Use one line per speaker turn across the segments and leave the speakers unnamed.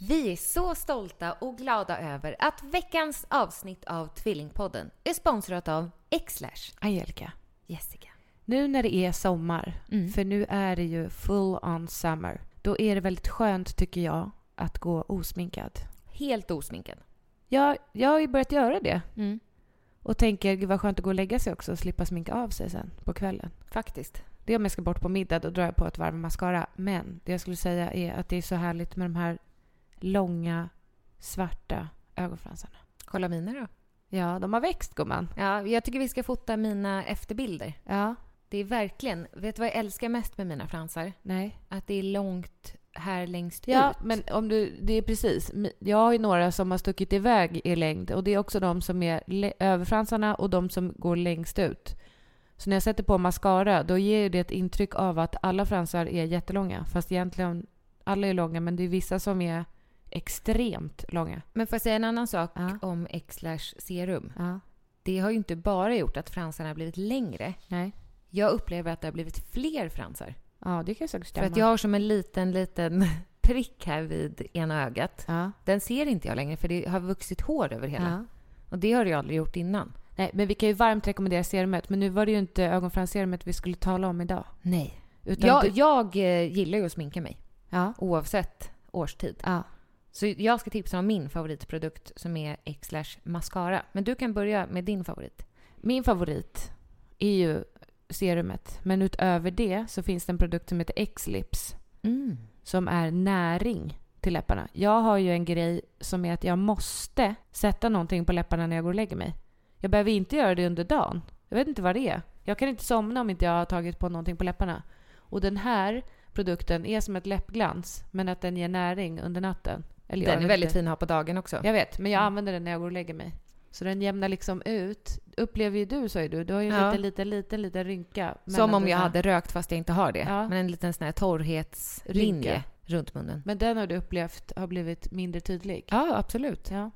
Vi är så stolta och glada över att veckans avsnitt av Tvillingpodden är sponsrat av Xlash.
Angelica,
Jessica.
nu när det är sommar,
Mm.
för nu är det ju full on summer, då är det väldigt skönt tycker jag att gå osminkad.
Helt osminkad.
Jag, jag har ju börjat göra det
Mm.
och tänker gud vad skönt att gå och lägga sig också och slippa sminka av sig sen på kvällen.
Faktiskt.
Det är om jag ska bort på middag, då drar jag på ett varv mascara. Men det jag skulle säga är att det är så härligt med de här långa svarta ögonfransarna.
Kolla mina då.
Ja, de har växt gumman.
Ja, jag tycker vi ska fota mina efterbilder.
Ja,
Det är verkligen, vet du vad jag älskar mest med mina fransar?
nej.
Att det är långt här längst
Ja,
ut.
men om du, det är precis. Jag har ju några som har stuckit iväg i längd och det är också de som är le- överfransarna och de som går längst ut. Så när jag sätter på mascara då ger ju det ett intryck av att alla fransar är jättelånga. Fast egentligen, alla är långa men det är vissa som är extremt långa.
Men får jag säga en annan sak
Ja.
om Xlash serum?
Ja,
Det har ju inte bara gjort att fransarna har blivit längre.
nej.
Jag upplever att det har blivit fler fransar.
Ja, det kan säkert
För
stämma.
att jag har som en liten, liten prick här vid ena ögat.
ja,
Den ser inte jag längre för det har vuxit hår över hela.
ja.
Och det har jag aldrig gjort innan.
Nej, men vi kan ju varmt rekommendera serumet. Men nu var det ju inte ögonfransserumet vi skulle tala om idag.
Nej.
Utan
Jag,
du,
jag eh, gillar ju att sminka mig.
ja,
Oavsett årstid.
ja.
Så jag ska tipsa om min favoritprodukt som är X-Lash Mascara. Men du kan börja med din favorit.
Min favorit är ju serumet. Men utöver det så finns det en produkt som heter X-lips
Mm.
som är näring till läpparna. Jag har ju en grej som är att jag måste sätta någonting på läpparna när jag går och lägger mig. Jag behöver inte göra det under dagen. Jag vet inte vad det är. Jag kan inte somna om inte jag har tagit på någonting på läpparna. Och den här produkten är som ett läppglans men att den ger näring under natten. Eller jag
Den är
vet
väldigt
inte.
fin att ha på dagen också.
Jag vet, men jag
Mm.
använder den när jag går och lägger mig. Så den jämnar liksom ut. Upplever ju du, sa ju du. Du har ju en
Ja.
liten, liten, liten, liten rynka. mellan
Som om jag
dina-
hade rökt fast jag inte har det.
Ja.
Men en liten sån här torrhetslinje
Rynka.
runt munnen.
Men den har du upplevt har blivit mindre tydlig.
Ja, absolut.
Ja.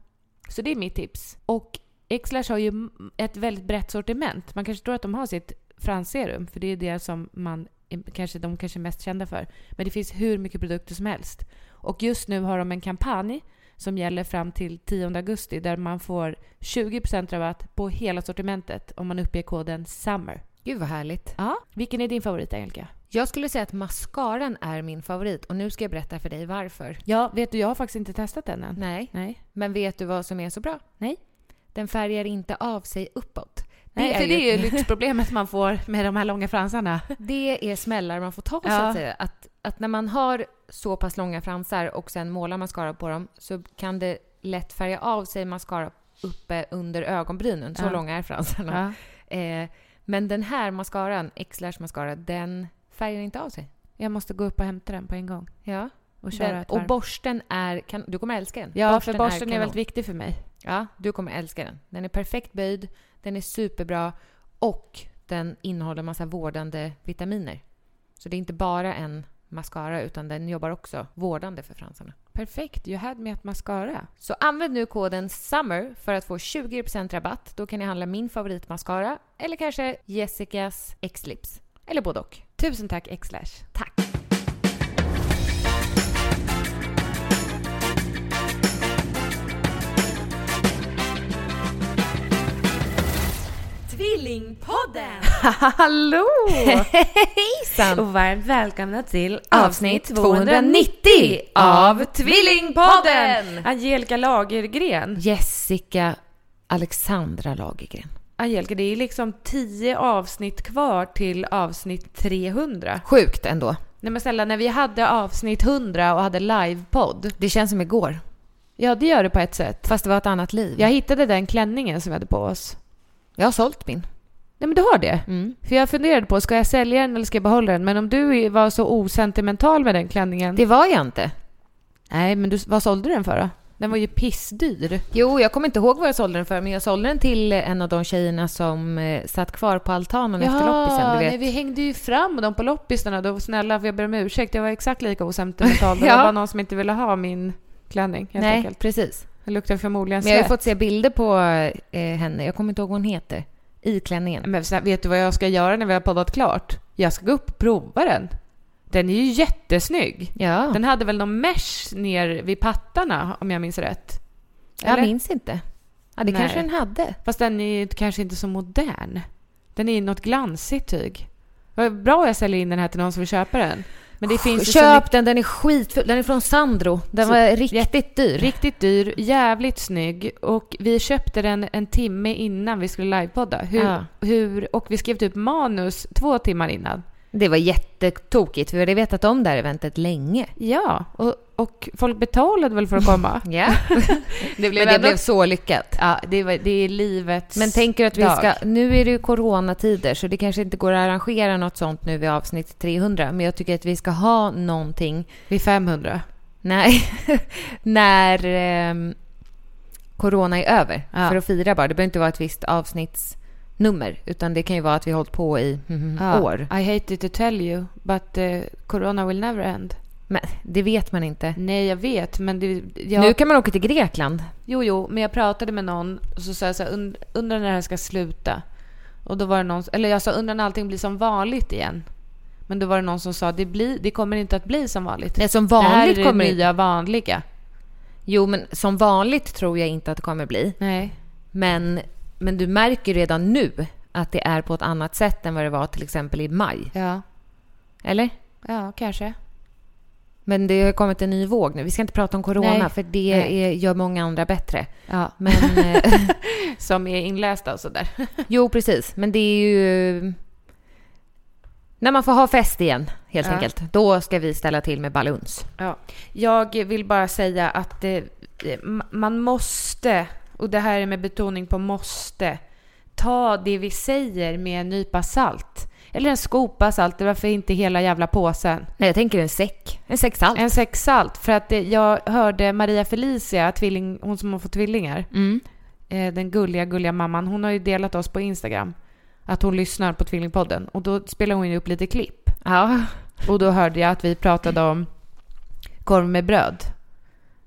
Så det är mitt tips. Och Xlash har ju m- ett väldigt brett sortiment. Man kanske tror att de har sitt fransserum, för det är det som man kanske, de kanske är mest kända för. Men det finns hur mycket produkter som helst. Och just nu har de en kampanj som gäller fram till 10 augusti där man får 20% rabatt på hela sortimentet om man uppger koden SUMMER.
Gud vad härligt.
Ja. Vilken är din favorit, Angelica?
Jag skulle säga att mascaran är min favorit och nu ska jag berätta för dig varför.
Ja, vet du, jag har faktiskt inte testat den än.
Nej,
Mm. Nej.
men vet du vad som är så bra?
Nej.
Den färgar inte av sig uppåt. Det
Nej,
är
för det
ju-
är ju lyxproblemet man får med de här långa fransarna.
Det är smällar man får ta så
Ja.
att säga. Att, att när man har så pass långa fransar och sen målar mascara på dem så kan det lätt färga av sig mascara uppe under ögonbrynen. Så
Ja.
långa är fransarna.
Ja.
Eh, men den här mascaran, X-Lash mascara, den färgar inte av sig.
Jag måste gå upp och hämta den på en gång
Ja.
och köra
Den,
ett
och
varv.
borsten är... Kan, du kommer älska den.
Ja, för borsten är,
kanon.
väldigt viktig för mig.
Ja, du kommer älska den. Den är perfekt böjd, den är superbra och den innehåller massa vårdande vitaminer. Så det är inte bara en mascara utan den jobbar också vårdande för fransarna.
Perfekt, you had me att mascara.
Så använd nu koden SUMMER för att få 20% rabatt. Då kan ni handla min favoritmascara eller kanske Jessicas X-lips. Eller både och.
Tusen tack Xlash.
Tack!
Tvillingpodden!
Hallå!
Hej Hejsan!
Och varmt välkomna till
Avsnitt 290 av Tvillingpodden!
Angelica Lagergren.
Jessica Alexandra Lagergren.
Angelica, det är liksom 10 avsnitt kvar till avsnitt 300.
Sjukt ändå.
Nej men snälla, när vi hade avsnitt 100 och hade livepodd.
Det känns som igår,
Ja, det gör det på ett sätt.
fast det var ett annat liv.
Jag hittade den klänningen som vi hade på oss.
jag har sålt min.
Nej men du har det?
Mm.
För jag funderade på, ska jag sälja den eller ska jag behålla den? Men om du var så osentimental med den klänningen.
Det var jag inte.
Nej, men du, vad sålde du den för då? Den var ju pissdyr.
Jo, jag kommer inte ihåg vad jag sålde den för, men jag sålde den till en av de tjejerna som eh, satt kvar på altanen efter loppisen, du
nej,
vet.
vi hängde ju fram dem på loppisarna. Då, snälla, för jag ber om ursäkt. Jag var exakt lika osentimental.
Ja.
Det var bara någon som inte ville ha min klänning helt
nej,
enkelt.
precis.
Det luktar förmodligen
Men jag har ju
svett.
fått se bilder på eh, henne, jag kommer inte ihåg vad hon heter, i klänningen.
Men snälla, vet du vad jag ska göra när vi har poddat klart? Jag ska gå upp och prova den. Den är ju jättesnygg.
Ja,
Den hade väl någon mesh ner vid pattarna om jag minns rätt?
jag
Eller?
minns inte. Ja, det
Nej.
kanske den hade.
Fast den är ju kanske inte så modern. Den är ju något glansigt tyg. Vad bra jag säljer in den här till någon som vill köpa den. Men det finns ju så
Ah, Köp den, den är skitfull. Den är från Sandro. Den
Så-
var riktigt dyr.
Riktigt dyr, jävligt snygg och vi köpte den en timme innan vi skulle livepodda. Hur,
Ja.
hur, och vi skrev typ manus två timmar innan.
Det var jättetokigt, för vi hade vetat om det här eventet länge.
Ja, och, och folk betalade väl för att komma?
Ja,
det
men det blev så lyckat.
Ja, det, var, det är livets
Men tänker du att vi
dag.
ska... Nu är det ju coronatider, så det kanske inte går att arrangera något sånt nu vid avsnitt 300. Men jag tycker att vi ska ha någonting
Vid 500.
när, när ehm, corona är över.
Ja.
För att fira bara. Det behöver inte vara ett visst avsnittsnummer, utan det kan ju vara att vi har hållit på i mm,
Ja.
år.
Ah, I hated to tell you, but eh, corona will never end.
Men det vet man inte.
Nej, jag vet, men det, jag,
Nu kan man åka till Grekland.
Jo, jo, men jag pratade med någon och så sa jag så här, "Und- undrar när det här ska sluta. Och då var det någon, eller jag sa undrar när allting blir som vanligt igen. Men då var det någon som sa det, blir, det kommer inte att bli som vanligt.
Nej, som
det här är
vanligt
det
kommer det
nya vanliga.
Jo, men som vanligt tror jag inte att det kommer bli.
Nej.
Men, men du märker ju redan nu att det är på ett annat sätt än vad det var till exempel i maj.
Ja,
Eller?
ja kanske.
Men det har kommit en ny våg nu. Vi ska inte prata om corona,
Nej.
för det
Nej.
är, gör många andra bättre.
Ja.
Men, eh,
Som är inlästa och sådär.
jo, precis. Men det är ju... När man får ha fest igen, helt
Ja.
enkelt. Då ska vi ställa till med baluns.
Ja. Jag vill bara säga att eh, ma- man måste, och det här är med betoning på måste, ta det vi säger med en nypa salt. Eller en skopa salt, varför inte hela jävla påsen?
Nej, jag tänker en säck. En säck salt.
En säck salt, för att eh, jag hörde Maria Felicia, tvilling, hon som har fått tvillingar,
Mm.
eh, den gulliga, gulliga mamman, hon har ju delat oss på Instagram att hon lyssnar på Tvillingpodden och då spelar hon ju upp lite klipp.
Ja.
Och då hörde jag att vi pratade om korv med bröd.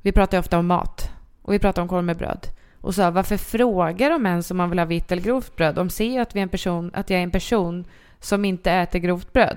Vi pratar ju ofta om mat. Och vi pratar om korv med bröd. Och sa varför frågar de ens om man vill ha vitt eller grovt bröd? De ser ju att, vi är en person, att jag är en person som inte äter grovt bröd.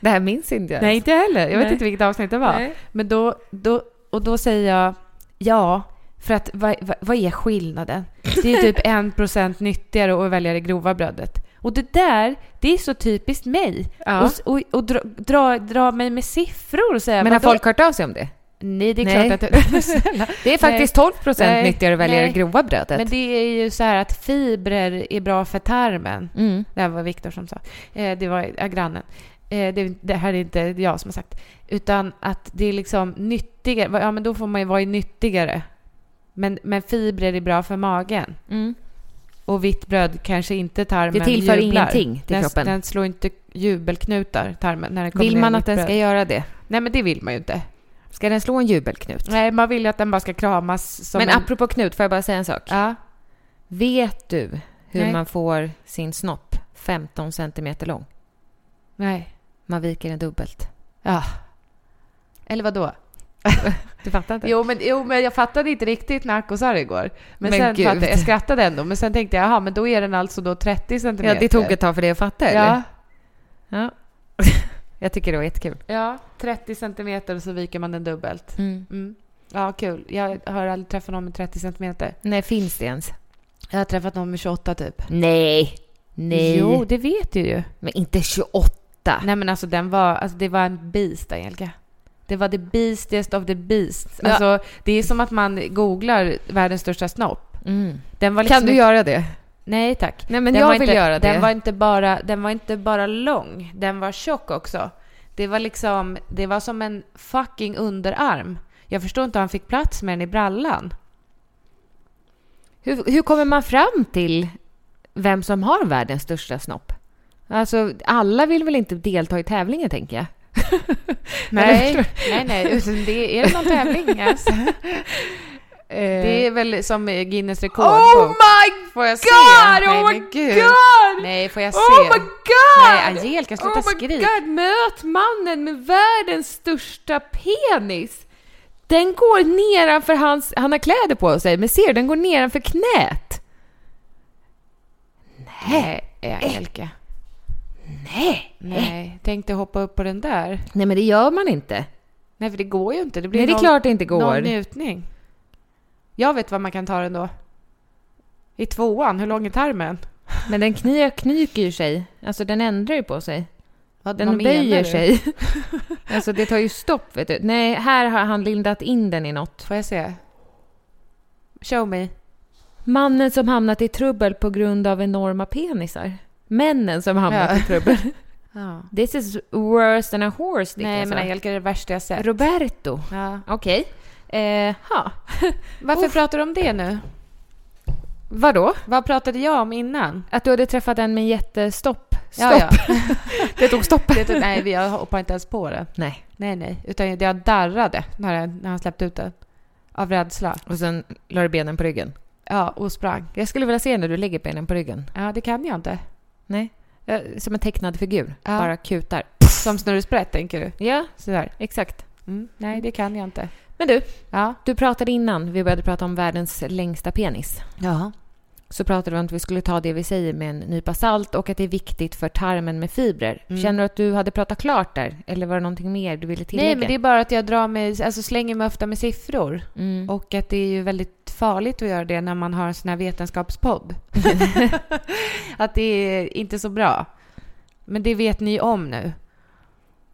Det här minns inte jag.
Nej, inte jag heller. Jag vet
Nej.
inte vilket avsnitt det var.
Nej.
Men då, då, och då säger jag ja, för att vad, vad, vad är skillnaden? Det är typ 1% nyttigare att välja det grova brödet. Och det där, det är så typiskt mig.
Ja.
Och, s- och, och dra, dra, dra mig med siffror och säga
Men har
vadå?
folk hört av sig om det?
Nej, det är
Nej.
klart att... Snälla.
Det är
Nej.
faktiskt 12 procent
Nej.
nyttigare att välja det
Nej.
grova brödet.
Men det är ju så här att fibrer är bra för tarmen.
Mm.
Det här var Viktor som sa. Eh, det var eh, grannen. Eh, det, det här är inte jag som har sagt. Utan att det är liksom nyttigare. Ja, men då får man ju vara nyttigare. Men, men fibrer är bra för magen. Och vitt bröd kanske inte tarmen
Det tillför
jublar.
ingenting till
den,
kroppen.
Den slår inte jubelknutar, tarmen, när den kommer
Vill
ner
man
i
att den
vitt
ska
bröd.
göra det?
Nej, men det vill man ju inte.
Ska den slå en jubelknut?
Nej, man vill ju att den bara ska kramas som
Men
en...
apropå knut, får jag bara säga en sak?
Ja.
Vet du hur
Nej.
man får sin snopp 15 centimeter lång?
Nej.
Man viker den dubbelt.
Ja. Eller vad då?
Du fattar inte?
Jo men, jo, men jag fattade inte riktigt när Acko sa det igår. Men,
Men
sen
gud.
fattade, jag skrattade ändå, men sen tänkte jag, jaha, men då är den alltså då 30
ja,
centimeter.
det tog ett tag för dig att fatta, eller?
Ja,
Ja. Jag tycker det var jättekul.
ja, 30 centimeter och så viker man den dubbelt.
Mm.
Mm. Ja, kul. Jag har aldrig träffat någon med 30 centimeter.
Nej, finns det ens?
Jag har träffat någon med 28 typ.
Nej! Ah. Nej.
Jo, det vet du ju.
Men inte 28. Berätta.
Nej men alltså den var, alltså det var en beast Angelica. Det var the beastiest of the beasts.
Ja.
Alltså det är som att man googlar världens största snopp.
Mm.
Den var liksom
Kan du
inte-
göra det?
Nej tack.
Nej men
Den var
jag vill
inte,
göra det.
Den var, inte bara, den var inte bara lång, den var tjock också. Det var liksom, det var som en fucking underarm. Jag förstår inte hur han fick plats med den i brallan.
Hur, hur kommer man fram till vem som har världens största snopp? Alltså, alla vill väl inte delta i tävlingen, tänker jag?
Nej, nej, nej. utan Det, är det någon tävling? Alltså? Det är väl som Guinness rekordbok.
Eh. Oh my
Får jag se?
god!
Nej,
Oh
men
my
gud.
god!
Nej, får jag se?
Oh my god!
Nej, Angelica, sluta
oh my
skrik.
god, möt mannen med världens största penis! Den går nedanför hans... Han har kläder på sig, men ser du? Den går nedanför knät.
Nej,
Eh.
Angelica.
Nej!
Nej, tänkte hoppa upp på den där.
Nej, men det gör man inte.
Nej, för det går ju inte. Det blir
Nej, det är
någon,
klart det inte går.
någon njutning. Jag vet vad man kan ta den då. I tvåan, hur lång är tarmen?
Men den kny- knyker ju sig. Alltså den ändrar ju på sig.
Vad,
Den
vad menar
böjer
du?
sig. alltså det tar ju stopp vet du. Nej, här har han lindat in den i något.
Får jag se? Show me.
Mannen som hamnat i trubbel på grund av enorma penisar. Männen som hamnat
Ja.
i trubbel.
Ja.
This is worse than a horse dick
Nej,
alltså.
men Angelica är det värsta jag sett.
Roberto.
Ja.
Okej. Eh, ha.
Varför pratar du om det nu?
Vadå?
Vad pratade jag om innan?
Att du hade träffat en med jättestopp? Stopp.
Ja, ja.
Det tog stopp.
Det, tog- nej, vi- jag hoppar inte ens på den.
Nej.
Nej, nej. Utan jag darrade när, jag, när han släppte ut den. Av rädsla.
Och sen la du benen på ryggen.
Ja, och sprang.
Jag skulle vilja se när du lägger benen på ryggen.
Ja, det kan jag inte.
Nej. Eh, Som en tecknad figur.
Ja.
Bara kutar.
Som Snurresprätt, tänker du?
Ja,
Sådär.
exakt.
Mm. Nej, det kan jag inte.
Men du,
Ja.
du pratade innan vi började prata om världens längsta penis.
Ja.
Så pratade vi om att vi skulle ta det vi säger med en nypa salt och att det är viktigt för tarmen med fibrer.
Mm.
Känner du att du hade pratat klart där? Eller var det någonting mer du ville tillägga?
Nej, men det är bara att jag drar mig, alltså slänger mig ofta med siffror.
Mm.
Och att det är ju väldigt farligt att göra det när man har en sån här vetenskapspodd. att det är inte så bra. Men det vet ni om nu.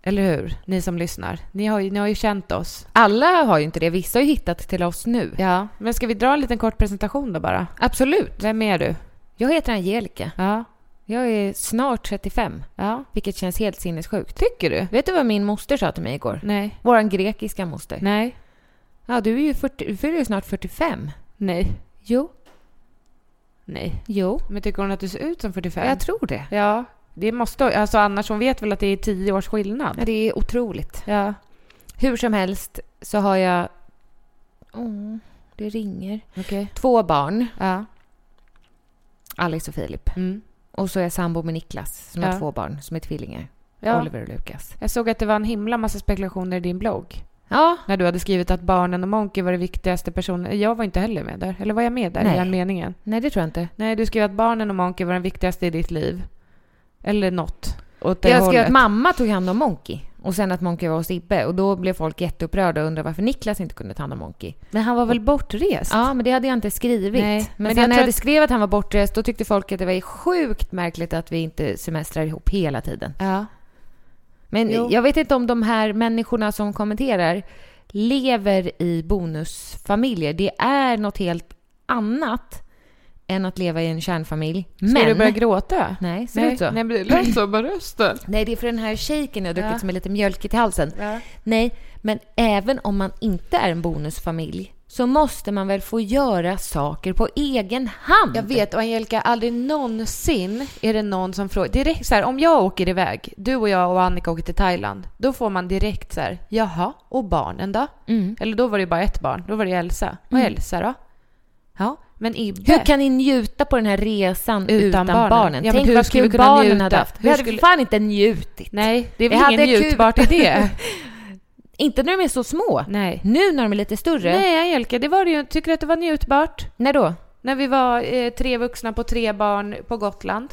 Eller hur? Ni som lyssnar. Ni har ju, ni har ju känt oss.
Alla har ju inte det. Vissa har ju hittat till oss nu.
Ja. Men ska vi dra en liten kort presentation då bara?
Absolut.
Vem är du?
Jag heter Angelica.
Ja.
Jag är snart 35,
Ja.
vilket känns helt sinnessjukt.
Tycker du?
Vet du vad min moster sa till mig igår?
Nej.
Vår grekiska moster.
Nej.
Ja, du är ju 40, du fyller ju snart 45.
Nej.
Jo,
Nej.
jo.
Men tycker hon att du ser ut som 45?
Jag tror det.
Ja. Det måste, alltså annars hon vet väl att det är 10 års
Ja,
skillnad?
det är otroligt.
Ja.
Hur som helst så har jag... Åh, det ringer.
Okej.
Två barn,
Ja.
Alice och Filip.
Mm.
Och så är jag sambo med Niklas som har
Ja.
två barn som är tvillingar.
Ja.
Oliver och Lukas.
Jag såg att det var en himla massa spekulationer i din blogg.
Ja,
När du hade skrivit att barnen och Monkey var det viktigaste personen. Jag var inte heller med där. Eller var jag med där
Nej.
i den meningen?
nej det tror jag inte.
Nej, du skrev att barnen och Monkey var den viktigaste i ditt liv. Eller något. Åt det
Jag skrev
hållet.
att mamma tog hand om Monkey och sen att Monkey var hos Ibbe och då blev folk jätteupprörda och undrade varför Niklas inte kunde ta hand om Monkey.
Men han var väl bortrest? Ja.
Ja, men det hade jag inte skrivit.
Nej,
men
men jag
sen när
tror
jag hade
att-
skrev att han var bortrest, då tyckte folk att det var sjukt märkligt att vi inte semestrar ihop hela tiden.
ja.
Men
Jo.
jag vet inte om de här människorna som kommenterar lever i bonusfamiljer. Det är något helt annat än att leva i en kärnfamilj.
Ska
Men...
du börja gråta?
Nej, ser det
nej,
ut så?
nej,
Nej.
men det lät så på rösten.
det är för den här shaken jag druckit
Ja.
som är lite mjölkigt i halsen.
Ja.
Nej, men även om man inte är en bonusfamilj så måste man väl få göra saker på egen hand?
Jag vet, och Angelica, aldrig någonsin är det någon som frågar. Direkt så här, om jag åker iväg, du och jag och Annika åker till Thailand, då får man direkt så här, jaha, och barnen då?
Mm.
Eller då var det ju bara ett barn, då var det ju Elsa. Och
Mm.
Elsa då? Ja, men Ibbe?
Hur kan ni njuta på den här resan utan,
Utan
barnen?
barnen? Ja, men
Tänk
hur
vad
skulle
kul
vi kunna
barnen
njuta?
hade haft. Vi
Hur
hade
skulle-
fan inte njutit.
Nej, det är
Jag
väl
hade
ingen
kul.
njutbart idé?
Inte när de är så små.
Nej.
Nu när de är lite större.
Nej, Angelica, det var det ju. Tycker du att det var njutbart?
När då?
När vi var eh, tre vuxna på tre barn på Gotland?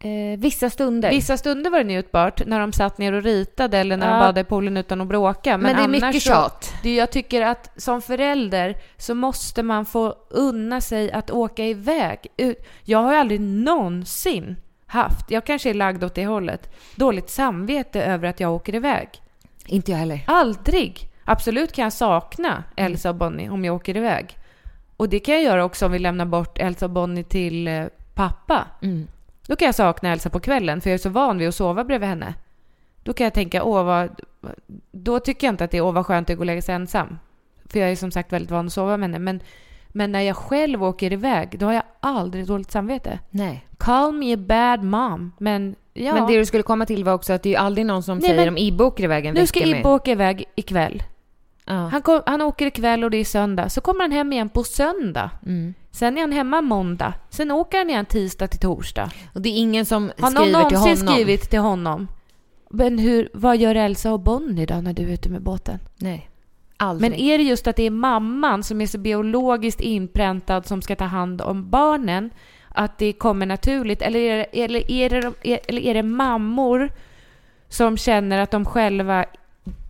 Eh, vissa stunder.
Vissa stunder var det njutbart, när de satt ner och ritade eller när
Ja.
de badade i poolen utan att bråka. Men,
men, det är
annars
mycket
så-
tjat.
Det jag tycker att som förälder så måste man få unna sig att åka iväg. Ut- Jag har ju aldrig någonsin haft, jag kanske är lagd åt det hållet, dåligt samvete över att jag åker iväg.
Inte jag heller.
Aldrig! Absolut kan
Mm.
jag sakna Elsa och Bonnie om jag åker iväg. Och det kan jag göra också om vi lämnar bort Elsa och Bonnie till eh, pappa.
Mm.
Då kan jag sakna Elsa på kvällen för jag är så van vid att sova bredvid henne. Då kan jag tänka, åh vad... Då tycker jag inte att det är, åh vad skönt att gå och lägga sig ensam. För jag är som sagt väldigt van att sova med henne. Men, men när jag själv åker iväg, då har jag aldrig dåligt samvete.
Nej.
Call me a bad mom. Men ja,
Men det du skulle komma till var också att det är ju aldrig någon som
Nej,
säger
men-
om Ibbe åker iväg en
nu
vecka
ska
med-
Ibbe åka iväg ikväll.
Ja.
Han, kom, han åker ikväll och det är söndag. Så kommer han hem igen på söndag.
Mm.
Sen är han hemma måndag. Sen åker han igen tisdag till torsdag.
Och det är ingen som
Har någon
skriver till honom.
någonsin skrivit till honom? Men hur, vad gör Elsa och Bonnie då när du är ute med båten?
Nej. Aldrig.
Men e- är det just att det är mamman som är så biologiskt inpräntad som ska ta hand om barnen? Att det kommer naturligt? Eller är det, eller är det, de- är- eller är det mammor som känner att de själva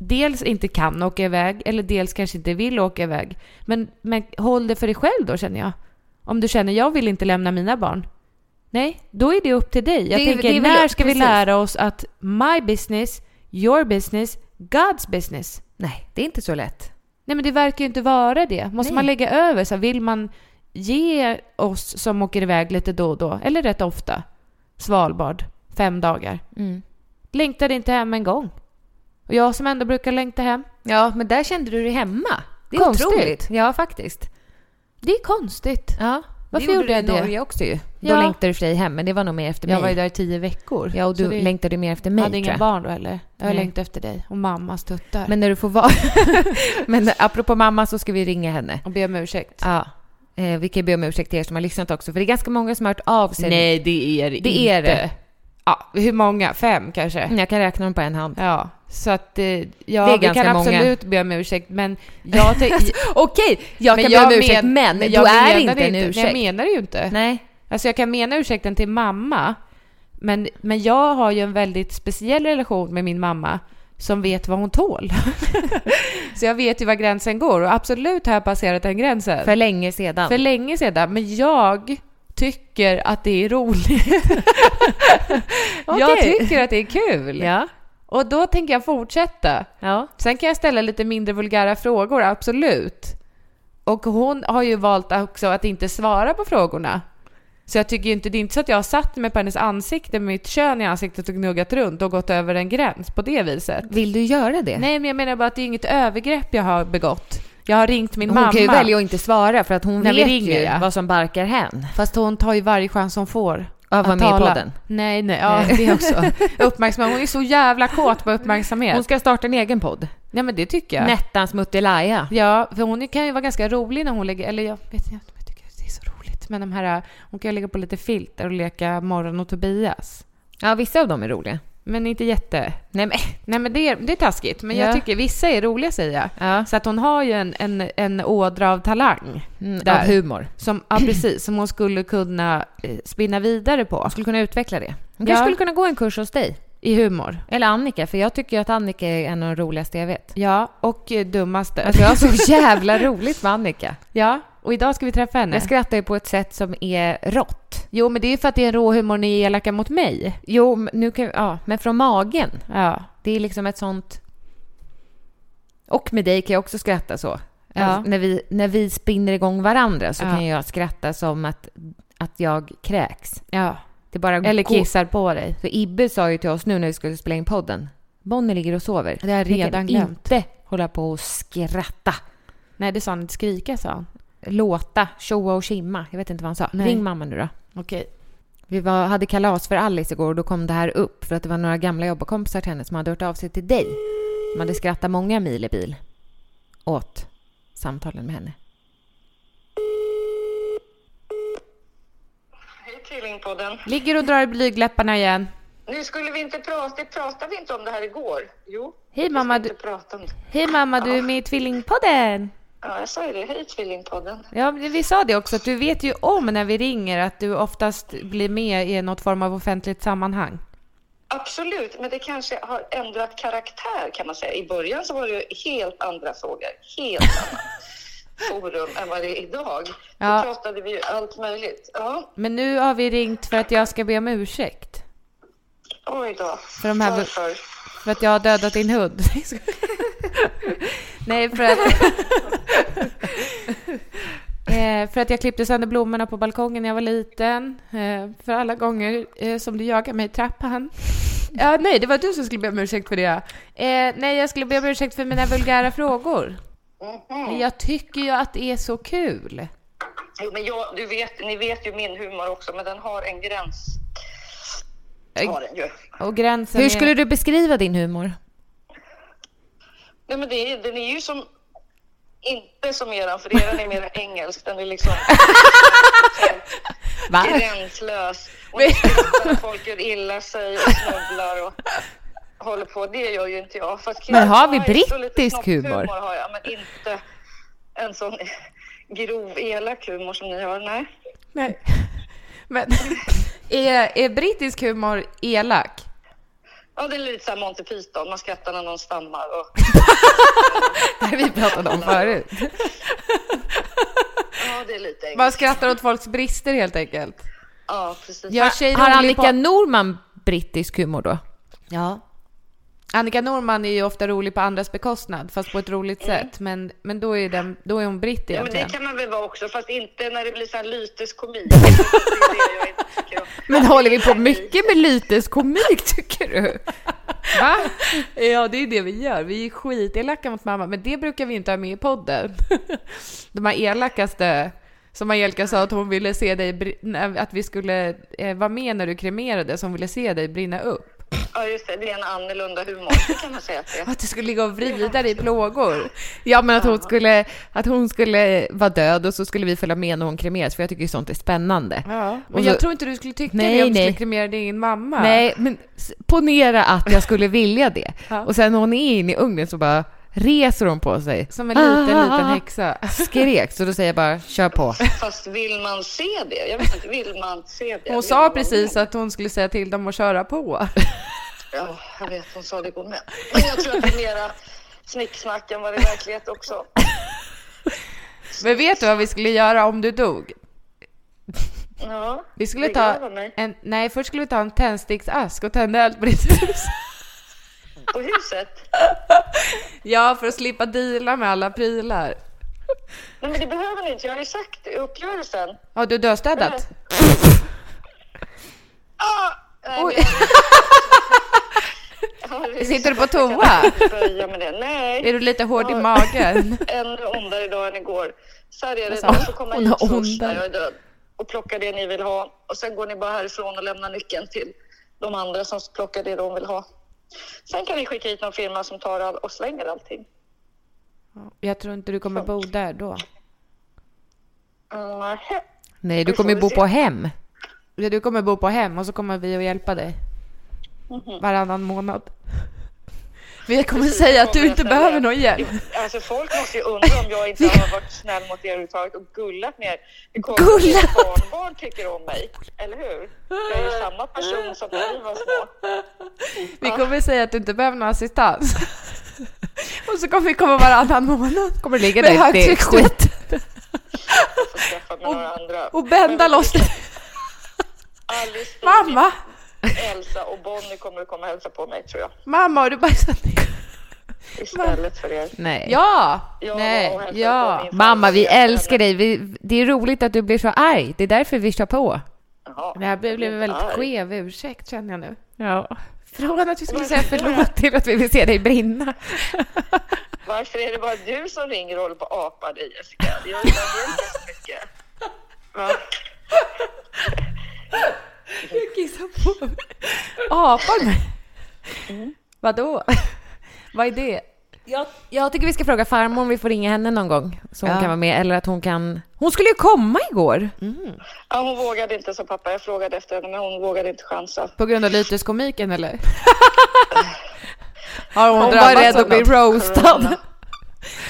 dels inte kan åka iväg eller dels kanske inte vill åka iväg? Men, men håll det för dig själv då känner jag. Om du känner jag vill inte lämna mina barn. Nej, då är det upp till dig. Jag
Det är-
tänker,
det är väl
när
upp-
ska vi
precis.
lära oss att my business, your business, God's business?
Nej, det är inte så lätt.
Nej men det verkar ju inte vara det. Måste
Nej.
man lägga över? Så här, vill man ge oss som åker iväg lite då och då, eller rätt ofta, Svalbard, fem dagar.
Mm.
Längtade inte hem en gång. Och jag som ändå brukar längta hem.
Ja, men där kände du dig hemma. Det är
Konstigt.
otroligt. Ja, faktiskt.
Det är konstigt.
Ja.
Varför gjorde jag
du i
det?
Norge också ju. Då
Ja.
längtade du för dig hem, men det var nog mer efter
Jag var
mig.
ju där i tio veckor.
Ja, och
så
du
det-
längtade mer efter
Jag
mig
hade
tror
inga
jag.
barn då heller. Jag har
Nej.
längtat efter dig och mammas tuttar.
Men när du får vara... men apropå mamma så ska vi ringa henne.
och be om ursäkt.
Ja. Eh, vi kan ju be om ursäkt till er som har lyssnat också, för det är ganska många som har hört av sig.
det är
det är det.
Ja, hur många? Fem kanske?
Mm, Jag kan räkna dem på en hand.
Ja, så att eh, ja,
Det är
vi
ganska
kan
många.
absolut be om ursäkt, men jag tänk-
Okej, jag kan
men
be om ursäkt,
men-
men,
men
du är
menar
inte en
Nej, Jag
ursäkt.
menar det ju inte.
Nej.
Alltså jag kan mena ursäkten till mamma, men, men jag har ju en väldigt speciell relation med min mamma som vet vad hon tål. så jag vet ju var gränsen går och absolut har jag passerat den gränsen.
För länge sedan.
För länge sedan. Men jag tycker att det är roligt. Jag
Okej.
tycker att det är kul.
Ja.
Och då tänker jag fortsätta.
Ja.
Sen kan jag ställa lite mindre vulgära frågor, absolut. Och hon har ju valt också att inte svara på frågorna. Så jag tycker ju inte, det är inte så att jag har satt mig på hennes ansikte med mitt kön i ansiktet och gnuggat runt och gått över en gräns på det viset.
Vill du göra det?
Nej, men jag menar bara att det är inget övergrepp jag har begått. Jag har ringt min
hon
mamma.
kan ju välja att inte svara för att hon
När vi
vet
ringer,
ju
ja.
vad som barkar hän.
Fast hon tar ju varje chans hon får.
Av
att
med i
tala.
podden. Eh,
Nej, nej, ja, det också. Uppmärksamhet. Hon är så jävla kåt på uppmärksamhet.
Hon ska starta en egen podd.
Nej, men det tycker jag.
Nettans Muttelaja.
Ja, för hon kan ju vara ganska rolig när hon lägger... Eller jag vet inte, jag tycker det är så roligt. Men de här... Hon kan ju lägga på lite filter och leka Morgon och Tobias.
Ja, vissa av dem är roliga.
Men inte jätte...
Nej men,
Nej, men det är, det är taskigt. Men
Ja.
jag tycker vissa är roliga, säger jag.
ja.
Så att hon har ju en, en, en ådra av talang.
Mm,
Där.
av humor.
Som, ja, precis, som hon skulle kunna eh, spinna vidare på.
Hon skulle kunna utveckla det. Hon
Ja.
kanske skulle kunna gå en kurs hos dig.
I humor.
Eller Annika, för jag tycker ju att Annika är en av de roligaste jag vet.
Ja, och eh, dummaste.
Alltså jag har så jävla roligt med Annika.
Ja, och idag ska vi träffa henne.
Jag skrattar ju på ett sätt som är rått.
Jo, men det är ju för att det är en rå humor ni är elaka mot mig.
Jo, men nu kan ja, men från magen.
Ja.
Det är liksom ett sånt... Och med dig kan jag också skratta så.
Ja.
Alltså, när, vi, när vi spinner igång varandra så
Ja.
kan jag skratta som att, att jag kräks.
ja.
Det bara
Eller
går-
kissar på dig.
Så Ibbe sa ju till oss nu när vi skulle spela in podden. Bonnie ligger och sover.
Det har jag
Ni kan
redan glömt.
inte hålla på och skratta.
Nej, det sa han inte. Skrika sa han.
Låta, tjoa och tjimma. Jag vet inte vad han sa.
Nej.
Ring mamma nu då.
Okej.
Vi var, hade kalas för Alice igår och då kom det här upp för att det var några gamla jobbarkompisar till henne som hade hört av sig till dig. De hade skrattat många mil i bil åt samtalen med henne.
Hej Tvillingpodden.
Ligger och drar i blygläpparna igen.
Nu skulle vi inte prata, det pratade vi inte om det här igår. Jo,
Hej
vi
mamma,
ska
du,
inte prata om det.
hej, mamma du är med i Tvillingpodden.
Ja, jag sa ju det. Hej Tvillingpodden.
Ja, men vi sa det också, att du vet ju om när vi ringer att du oftast blir med i något form av offentligt sammanhang.
Absolut, men det kanske har ändrat karaktär kan man säga. I början så var det ju helt andra frågor, helt annat forum än vad det är idag. Då
Ja.
pratade vi ju allt möjligt. Ja,
Men nu har vi ringt för att jag ska be om ursäkt.
Oj då.
För de här-
Varför?
För att jag har dödat din hund. Nej, för att... Eh, för att jag klippte sönder blommorna på balkongen när jag var liten. Eh, för alla gånger eh, som du jagade mig i trappan. Ja, nej, det var du som skulle be om ursäkt för det. Eh, nej, jag skulle be om ursäkt för mina vulgära frågor.
Mhm.
Men jag tycker ju att det är så kul.
Jo, men jag, du vet, ni vet ju min humor också, men den har en gräns. Har den ju.
Och gränsen
Hur
är-
skulle du beskriva din humor?
Nej, men det, är- den är ju som... Inte som eran, för eran är mer engelsk. Den är liksom
Va?
gränslös. Och ni skrattar när folk gör illa sig och snubblar och håller på. Det gör ju inte jag. Fast
Men har vi
knives och lite
brittisk humor?
snopphumor har jag, men inte en sån grov elak humor som ni har. Nej.
Nej. Men är, är brittisk humor elak?
Ja, det är lite så här Monty Python. Man skrattar när någon stammar. Och...
Det har vi pratat om förut.
Ja, det är lite engelskt.
Man skrattar åt folks brister helt enkelt.
Ja, precis.
Jag tjejer
Har
håller
Annika
på...
Norman brittisk humor då?
Ja. Annika Norman är ju ofta rolig på andras bekostnad, fast på ett roligt sätt. Men, men då, är den, då är hon britt
Ja, men det
egentligen.
kan man väl vara också, fast inte när det blir så här lyteskomik. Det är det jag inte tycker om.
Men håller vi på mycket med lyteskomik tycker du? Va?
Ja, det är det vi gör. Vi är skitelaka mot mamma, men det brukar vi inte ha med i podden. De här elakaste, som Angelica sa att hon ville se dig, brin- att vi skulle eh, vara med när du kremerades, hon ville se dig brinna upp.
Ja, just det. Det är en annorlunda humor. Det kan man säga att det är.
Att du skulle ligga och vrida dig i plågor.
Ja, men att hon, skulle, att hon skulle vara död och så skulle vi följa med när hon kremeras, för jag tycker ju sånt är spännande.
Ja,
Och
men jag
så-
tror inte du skulle tycka
Nej,
det om du
nej.
skulle kremera din mamma.
Nej, men s- ponera att jag skulle vilja det.
Ja.
Och sen när hon är inne i ugnen så bara reser hon på sig.
Som en liten,
Ah,
liten häxa.
Skrek, så då säger jag bara kör på.
Fast vill man se det? Jag vet inte, vill man se det?
Hon
Vill
sa
man-
precis att hon skulle säga till dem att köra på.
Ja, jag vet. Hon sa det igår med. Men jag tror att det är mera snicksnack än vad det är verklighet också.
Men vet du vad vi skulle göra om du dog?
Ja,
Vi skulle
begrava
ta
mig.
en, nej, först skulle vi ta en tändsticksask och tända eld på ditt hus.
På huset?
Ja, för att slippa deala med alla prylar.
Nej, men det behöver ni inte. Jag har ju sagt det i uppgörelsen.
Har du dödstädat?
Ah! Nej,
Oj.
men jag- Ja, det är
Sitter du
så-
på toa?
Jag kan inte böja med det. Nej.
Är du lite hård i
Ja.
magen?
ännu ondare idag än igår. Så här är det,
sa hon?
ni får komma
Hon
hit
är
först
ondare.
när jag är död och plocka det ni vill ha och sen går ni bara härifrån och lämnar nyckeln till de andra som plockar det de vill ha. Sen kan ni skicka hit någon firma som tar all och slänger allting.
Jag tror inte du kommer bo där då.
Mm, nähä.
Nej, du kommer ju bo på hem.
Ja, Du kommer bo på hem och så kommer vi att hjälpa dig.
Mhm.
Varannan månad. Vi kommer säga att du
Kommer
inte
jag säga.
behöver någon hjälp.
Alltså folk måste ju undra om jag inte har varit snäll mot er överhuvudtaget och gullat med er. Det kommer att
Gullat?
era barnbarn tycker om mig, eller hur? Jag är ju samma person som när vi var små.
Vi kommer säga att du inte behöver någon assistans. Och så kommer vi komma varannan månad.
Kommer ligga
Med
där i
högtryckstvätt.
skit.
Jag får skaffa mig några andra.
Och bända
Men-
loss dig.
Alice,
Mamma!
Elsa och Bonnie kommer att komma och hälsa på mig tror jag.
Mamma, har du bajsat ner?
Istället för er.
Nej.
Ja!
Jag var och
Nej,
hälsade på
ja.
min
Mamma, vi
familj efter
älskar
henne.
dig. Vi, det är roligt att du blir så arg. Det är därför vi kör på.
Jaha.
Det här blev en väldigt
Arg.
skev ursäkt känner jag nu.
Ja.
Från att vi skulle säga förlåt.
Förlåt till att vi vill se dig brinna.
Varför är det bara du som ringer och håller på och apar dig Jessica? Jag reagerar inte så mycket. Va?
Jag kissar på mig. Apar mig. Mm. Vadå? Vad är det?
Jag tycker vi ska fråga farmor om vi får ringa henne någon gång så hon
Ja. Mm.
kan vara med eller att hon kan. Hon skulle ju komma igår.
Ja, hon vågade inte som pappa. Jag frågade efter henne men hon vågade inte chansa.
På grund av lyteskomiken eller? Har hon,
Hon var
drabbats
rädd
av
att bli
något?
roastad.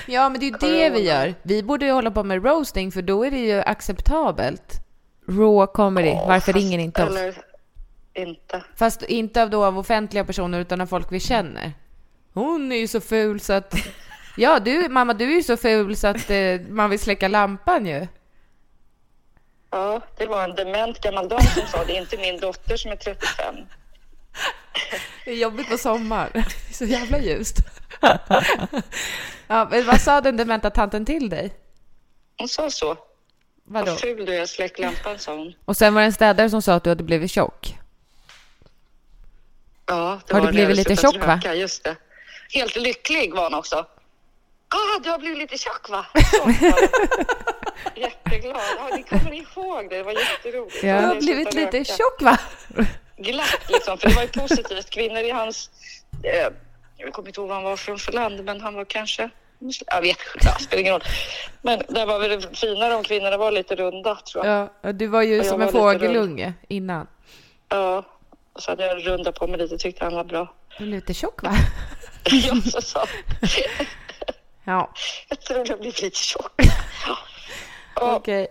Ja, men det är ju det vi gör. Vi borde ju hålla på med roasting för då är det ju acceptabelt.
Raw comedy. Varför ringer ni inte oss?
Eller inte.
Fast inte av då av offentliga personer utan av folk vi känner. Hon är ju så ful så att... Ja, du mamma, du är ju så ful så att eh, man vill släcka lampan ju.
Ja, det var en dement gammal dam som sa det. Inte min dotter som är 35.
Det är jobbigt på sommar. Det är så jävla ljust. Ja, men vad sa den dementa tanten till dig?
Hon sa så.
Vadå?
Vad ful du är, släck lampan, sa hon.
Och sen var det en städare som sa att du hade blivit tjock.
Ja, det
Har du
var när
blivit
jag
lite
slutade
tjock, va?
röka, Just det. Helt lycklig var han också. Ah, du har blivit lite tjock va? Så var det. Jätteglad. Ja, ni kommer ihåg det, det var jätteroligt.
Ja.
Ja,
Jag har
jag
blivit lite
slutade röka.
tjock va?
Glatt liksom, för det var ju positivt. Kvinnor i hans... Eh, jag kommer inte ihåg vad han var från för land, men han var kanske... Jag vet inte, det spelar ingen roll. Men det var väl finare om kvinnorna var lite runda tror jag.
Ja, och du var ju
Och jag
som en
var lite
fågelunge innan.
Ja. Och så hade jag rundat på mig lite, tyckte han var bra.
Du blev lite tjock va?
Ja, så sa
Ja,
Jag tror jag blir lite tjock. Ja. Ja,
okej.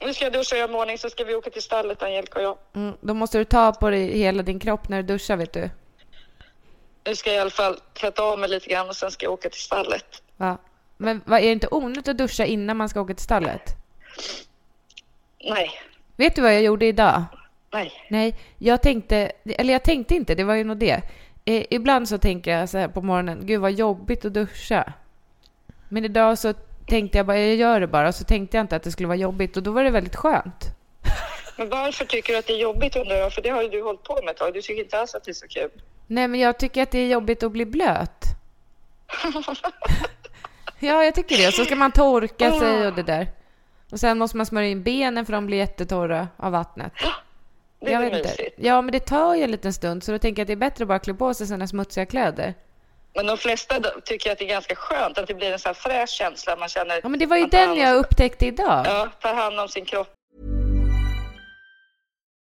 nu ska jag duscha och göra mig i ordning så ska vi åka till stallet Angelica och jag.
Mm, då måste du ta på dig hela din kropp när du duschar vet du.
Nu ska jag i alla fall tvätta av mig lite grann och sen ska jag åka till stallet.
Va? Men vad, är det inte onödigt att duscha innan man ska åka till stallet?
Nej,
Vet du vad jag gjorde idag?
nej.
Nej, jag tänkte, eller jag tänkte inte, det var ju nog det. Eh, ibland så tänker jag så här på morgonen, gud vad jobbigt att duscha. Men idag så tänkte jag bara, jag gör det bara, så tänkte jag inte att det skulle vara jobbigt och då var det väldigt skönt.
Men varför tycker du att det är jobbigt undrar jag? För det har ju du hållit på med ett tag. Du tycker inte alls att det är så kul.
Nej, men jag tycker att det är jobbigt att bli blöt. ja, jag tycker det. Så ska man torka sig och det där. Och sen måste man smörja in benen för de blir jättetorra av vattnet.
Det är
jag
väl
vet inte.
mysigt.
Ja, men det tar ju en liten stund så då tänker jag att det är bättre att bara klä på sig sina smutsiga kläder.
Men de flesta då tycker att det är ganska skönt att det blir en sån här fräsch känsla. Man känner...
Ja, men det var ju
man tar
den
hand om
jag
sig-
upptäckte idag.
Ja, tar hand om sin kropp.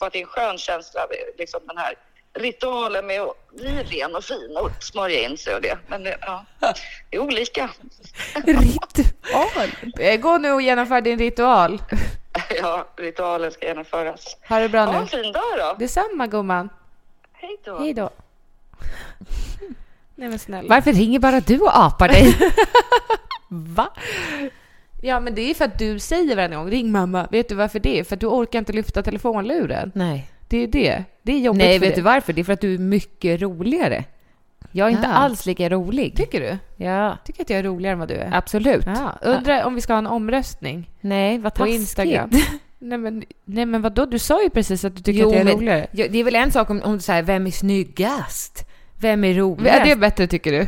Och att det är en skön känsla, liksom den här ritualen med att bli ren och fin och smörja in sig och det. Men det, ja, det är olika.
Ritual. Eh, Gå nu och genomför din ritual.
Ja, ritualen ska genomföras.
Ha det bra
Ja,
nu.
en fin dag då.
Detsamma gumman.
Hej då.
Hej då. Nej men snälla.
Varför ringer bara du och apar dig?
Va? Ja, men det är för att du säger varje gång ring mamma. Vet du varför det är? För att du orkar inte lyfta telefonluren.
Nej.
Det är ju det. Det är jobbigt
Nej,
för
vet du
dig.
varför? Det är för att du är mycket roligare. Jag är inte
Ah.
alls lika rolig.
Tycker du?
Ja,
Tycker att jag är roligare än vad du är?
absolut.
Ja. Undrar om vi ska ha en omröstning
Nej, vad
på
taskigt.
Instagram. nej, men, nej, men vadå? Du sa ju precis att du tycker
Jo,
att jag är
men
roligare.
ja, det är väl en sak om, om så här, vem är snyggast? Vem är roligast?
Är det bättre tycker du?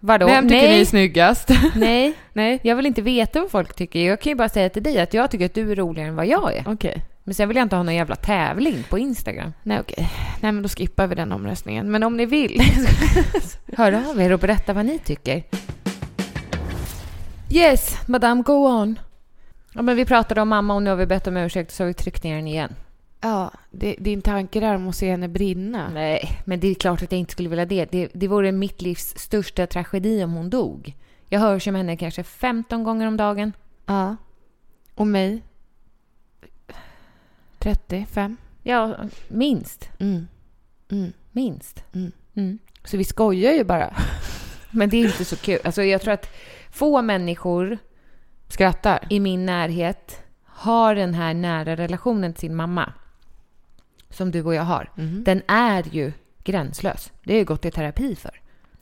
Vadå?
Vem tycker ni är
Nej,
snyggast?
nej,
nej.
jag vill inte veta vad folk tycker. Jag kan ju bara säga till dig att jag tycker att du är roligare än vad jag är.
Okej.
Men sen vill jag inte ha någon jävla tävling på Instagram.
Nej, okej. Nej, men då skippar vi den omröstningen. Men om ni vill.
Hör av er och berätta vad ni tycker. Yes, madame, go on. Ja, men vi pratade om mamma och nu har vi bett om ursäkt och så har vi tryckt ner den igen.
ja, det, din tanke där om att se henne brinna.
Nej, men det är klart att jag inte skulle vilja det. Det, det vore mitt livs största tragedi om hon dog. Jag hörs om henne kanske 15 gånger om dagen.
Ja. Och mig? 35.
Ja, minst.
Mm. Mm.
Minst.
Mm.
Mm.
Så vi skojar ju bara.
Men det är inte så kul. Alltså, jag tror att få människor
Skrattar.
i min närhet har den här nära relationen till sin mamma som du och jag har.
Mm.
Den är ju gränslös. Det har jag gått i terapi för.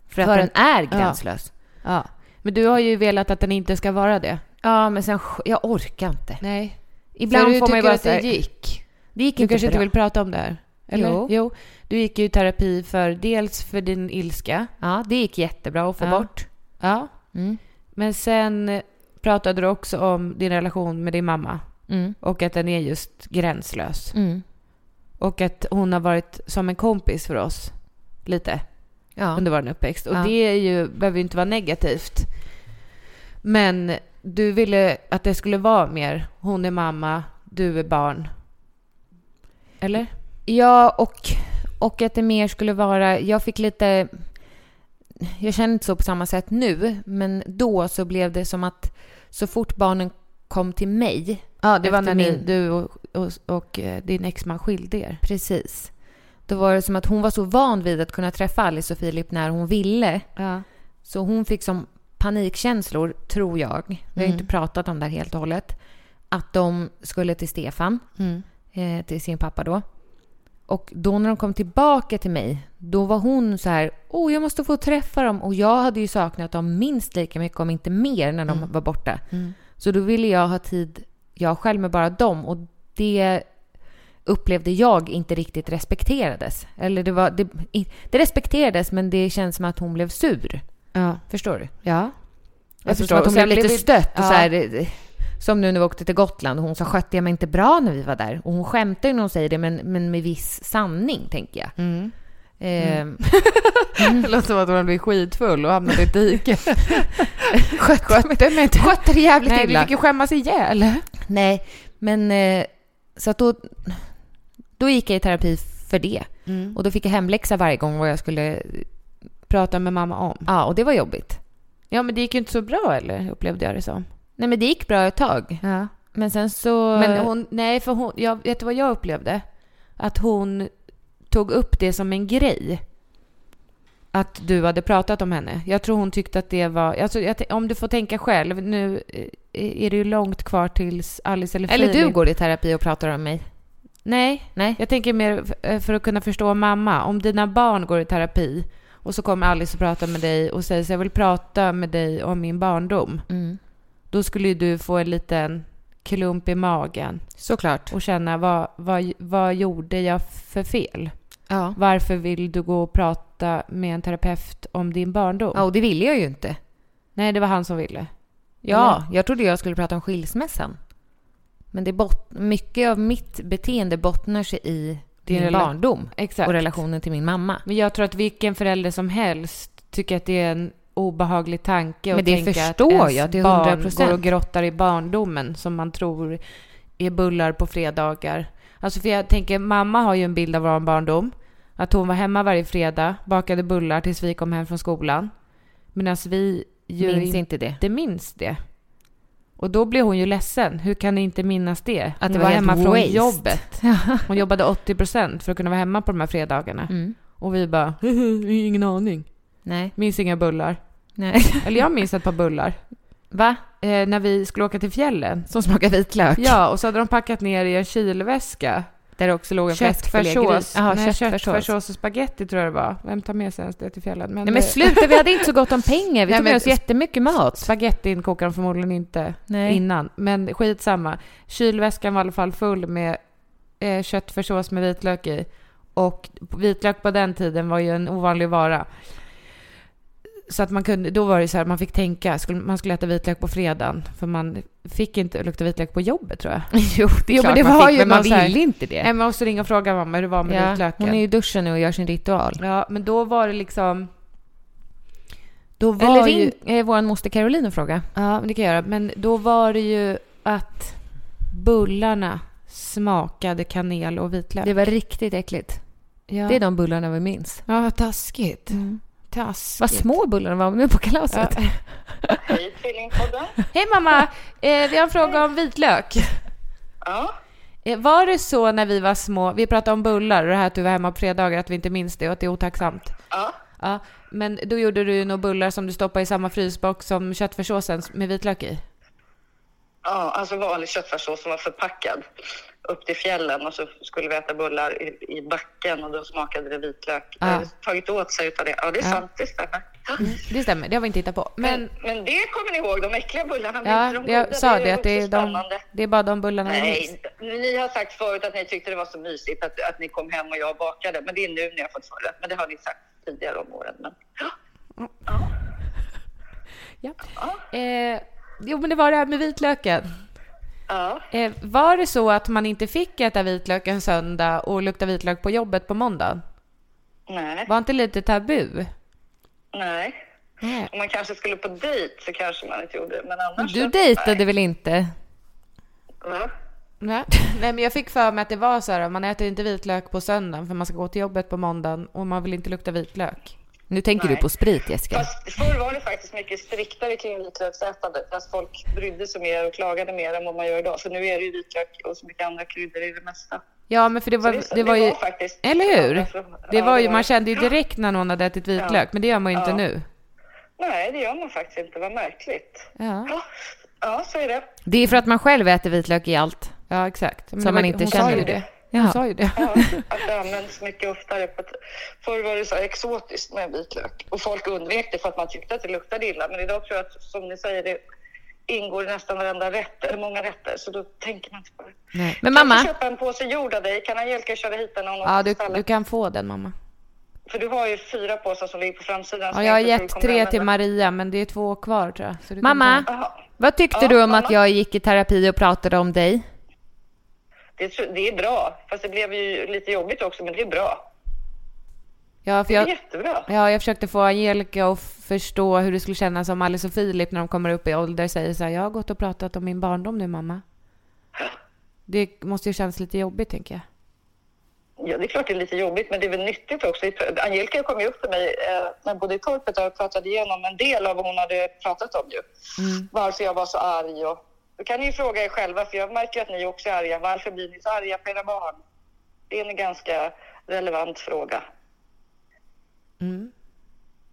För att
För
den
att-
är
ja.
gränslös.
Ja. Men du har ju velat att den inte ska vara det.
Ja, men sen jag orkar inte.
Nej.
Ibland
För du
får man ju
tycker
bara
att det
så här-
gick.
Det gick
Du
inte
kanske inte
bra.
vill prata om det här? Eller?
Jo.
Du gick ju i terapi för dels för din ilska.
Ja, det gick jättebra att få
Ja.
bort.
Ja.
Mm.
Men sen pratade du också om din relation med din mamma
Mm.
och att den är just gränslös.
Mm.
Och att hon har varit som en kompis för oss lite
Ja.
under vår uppväxt. Och
Ja.
det är ju, behöver ju inte vara negativt. Men du ville att det skulle vara mer hon är mamma, du är barn. Eller?
Ja, och, och att det mer skulle vara... Jag fick lite... Jag känner inte så på samma sätt nu, men då så blev det som att så fort barnen kom till mig...
Ja, det var när
efter
ni,
min-
du och, och, och eh, din exman skilde er.
Precis. Då var det som att hon var så van vid att kunna träffa Alice och Filip när hon ville.
Ja.
Så hon fick som panikkänslor, tror jag, vi har ju inte pratat om det här helt och hållet, att de skulle till Stefan, eh, till sin pappa då. Och då när de kom tillbaka till mig, då var hon så här, åh, jag måste få träffa dem. Och jag hade ju saknat dem minst lika mycket, om inte mer, när de var borta. Så då ville jag ha tid, jag själv, med bara dem. Och det upplevde jag inte riktigt respekterades. Eller det var, det, i- det respekterades, men det känns som att hon blev sur.
Ja.
Förstår du?
ja.
Jag alltså, förstår.
förstår.
Att
Och
hon
sen
blev lite
blev det-
stött. Och
Ja.
så här, eh, som nu när vi åkte till Gotland och hon sa skötte jag mig inte bra när vi var där? Och hon skämtar ju när hon säger det men, men med viss sanning tänker jag. Ehm,
Mm. Det låter som att man blir skitfull och hamnade i ett dike.
skötte, mig, skötte det jävligt
Nej, vi
illa.
fick ju skämmas ihjäl.
Nej, men eh, så att då, då gick jag i terapi för det. Och då fick jag hemläxa varje gång vad jag skulle,
Prata med mamma om.
ja och det var jobbigt.
Ja, men det gick ju inte så bra eller upplevde jag det som.
Nej men det gick bra ett tag.
Ja.
Men sen så...
Men hon, nej, för hon, jag, vet du vad jag upplevde? Att hon tog upp det som en grej. Att du hade pratat om henne. Jag tror hon tyckte att det var, alltså, jag, t- om du får tänka själv, nu eh, är det ju långt kvar tills Alice eller
eller du
Filip-
går i terapi och pratar om mig.
Nej,
Nej.
jag tänker mer f- eh, för att kunna förstå mamma. Om dina barn går i terapi och så kommer Alice och pratar med dig och säger så jag vill prata med dig om min barndom.
Mm.
Då skulle ju du få en liten klump i magen
Såklart.
och känna vad, vad, vad gjorde jag för fel?
Ja.
Varför vill du gå och prata med en terapeut om din barndom?
Ja, och det ville jag ju inte.
Nej, det var han som ville.
Ja, jag trodde jag skulle prata om skilsmässan. Men det bot- mycket av mitt beteende bottnar sig i
Din
din
rela-
barndom
Exakt.
och relationen till min mamma.
Men jag tror att vilken förälder som helst tycker att det är en obehaglig tanke att
Men det
tänka
förstår
att ens
jag till
barn
100%.
går och grottar i barndomen som man tror är bullar på fredagar. Alltså för jag tänker, mamma har ju en bild av vår barndom. Att hon var hemma varje fredag, bakade bullar tills vi kom hem från skolan. Medan vi ju
Minns
inte
inte det.
inte minns det. Och då blev hon ju ledsen. Hur kan ni inte minnas det?
Att
hon
det var helt
hemma
waste.
från jobbet. Hon jobbade 80 procent för att kunna vara hemma på de här fredagarna.
Mm.
Och vi bara, ingen aning.
Nej.
Minns inga bullar.
Nej.
Eller jag minns ett par bullar.
Va?
Eh, när vi skulle åka till fjällen.
Som smakar vitlök?
Ja, och så hade de packat ner i en kylväska.
Där det också låg en
Köttfärssås.
fläskfilégris. Ja,
Nej,
köttfärssås.
köttfärssås och spagetti tror jag det var. Vem tar med sig ens det till fjällen? eh,
Nej men
det-
sluta, vi hade inte så gott om pengar. Vi
Nej,
tog
men-
med oss jättemycket mat.
Spagettin kokar de förmodligen inte
Nej.
innan. Men skitsamma. Kylväskan var i alla fall full med eh, köttfärssås med vitlök i. Och vitlök på den tiden var ju en ovanlig vara. Så att man kunde, då var det så här, man fick tänka, skulle, man skulle äta vitlök på fredagen. För man fick inte lukta vitlök på jobbet tror jag.
Jo, det är
Jo, men
klart
det
man
var
fick,
ju
men man
någon så här-
ville inte det.
Nej, men också ringa och fråga mamma hur det var med
Ja,
vitlöken.
hon är ju i duschen nu och gör sin ritual.
Ja, men då var det liksom... Då var
Eller
ju...
ring eh, vår moster Caroline och fråga.
Ja, men det kan jag göra. Men då var det ju att bullarna smakade kanel och vitlök.
Det var riktigt äckligt.
ja.
Det är de bullarna vi minns.
ja, vad taskigt. Taskigt.
Vad små bullarna var nu på
Ja.
kalaset.
Hej Tvillingpodden.
Hej mamma! Eh, vi har en fråga om vitlök.
Ja.
Eh, Var det så när vi var små, vi pratade om bullar och det här att du var hemma på fredagar, att vi inte minns det och att det är otacksamt.
Ja.
Ja, men då gjorde du ju några bullar som du stoppade i samma frysbox som köttfärssåsen med vitlök i.
Ja, alltså vanlig köttfärssås som var förpackad upp till fjällen och så skulle vi äta bullar i, i backen och då smakade det vitlök.
Ja.
Jag har tagit åt sig utav det. Ja, det är sant, det stämmer. Ja.
Det stämmer, det har vi inte hittat på. Men
Men, men det kommer ni ihåg, de äckliga bullarna. men
ja,
inte de goda.
jag sa det
ju
att det är,
också
de,
spännande.
det är bara de bullarna vi minns.
Nej, ni har sagt förut att ni tyckte det var så mysigt att, att ni kom hem och jag bakade. Men det är nu ni har fått för det. Men det har ni sagt tidigare om åren. Men, ja.
Ja. Eh, jo, men det var det här med vitlöken.
Ja.
Eh, var det så att man inte fick äta vitlök en söndag och lukta vitlök på jobbet på måndagen?
Nej.
Var inte lite tabu?
Nej.
Nej.
Om man kanske skulle på dejt så kanske man inte gjorde det. Men annars...
Du
så-
dejtade väl inte?
Va?
Nej. Nej, men jag fick för mig att det var så här, man äter inte vitlök på söndagen för man ska gå till jobbet på måndagen och man vill inte lukta vitlök.
Nu tänker du på sprit, Jessica.
Fast förr var det faktiskt mycket striktare kring vitlöksätandet. Fast folk brydde sig mer och klagade mer än vad man gör idag. Så nu är det ju vitlök och så mycket andra kryddor i det mesta.
Ja, men för det var,
det-
det,
det
var
var
ju...
faktiskt-
Eller hur?
Ja, alltså,
det
ja,
var
det
ju,
var-
man kände ju direkt när någon hade ätit vitlök, men det gör man ju inte
Ja.
nu.
Nej, det gör man faktiskt inte. Vad märkligt.
Ja.
Ja, ja så är det.
Det är för att man själv äter vitlök i allt. Alltså.
Ja, exakt. Men
Som
det var-
man inte
hon Sa
känner.
ju det. Hon
Jaha.
sa ju det.
Ja, att det används mycket oftare. På ett- Förr var det så här exotiskt med vitlök och folk undvek det för att man tyckte att det luktade illa. Men idag tror jag att som ni säger, det ingår i nästan varenda rätt, eller många rätter, så då tänker man inte på det.
Nej.
Men
Kan
mamma,
jag köpa en påse jord av dig? Kan Angelica köra hit den någon
Ja, du,
ställe?
du kan få den mamma.
För du har ju fyra påsar som ligger på framsidan.
Ja,
som
jag har
inte tror
gett
kommer
tre till
använda.
Maria, men det är två kvar tror jag. Så du kan
mamma,
ta-
Jaha.
vad tyckte
Ja,
du om
mamma.
att jag gick i terapi och pratade om dig?
Det, tror- det är bra, fast det blev ju lite jobbigt också, men det är bra.
Ja, för
Det är
jag,
jättebra.
ja, jag försökte få Angelica att förstå hur det skulle kännas om Alice och Filip när de kommer upp i ålder säger så här, jag har gått och pratat om min barndom nu mamma. Det måste ju kännas lite jobbigt tänker jag.
Ja, det är klart det är lite jobbigt, men det är väl nyttigt också. Angelica kom ju upp till mig eh, när jag bodde i torpet och pratade igenom en del av vad hon hade pratat om ju. Varför jag var så arg och... Då kan ni ju fråga er själva, för jag märker ju att ni också är arga. Varför blir ni så arga på era barn? Det är en ganska relevant fråga.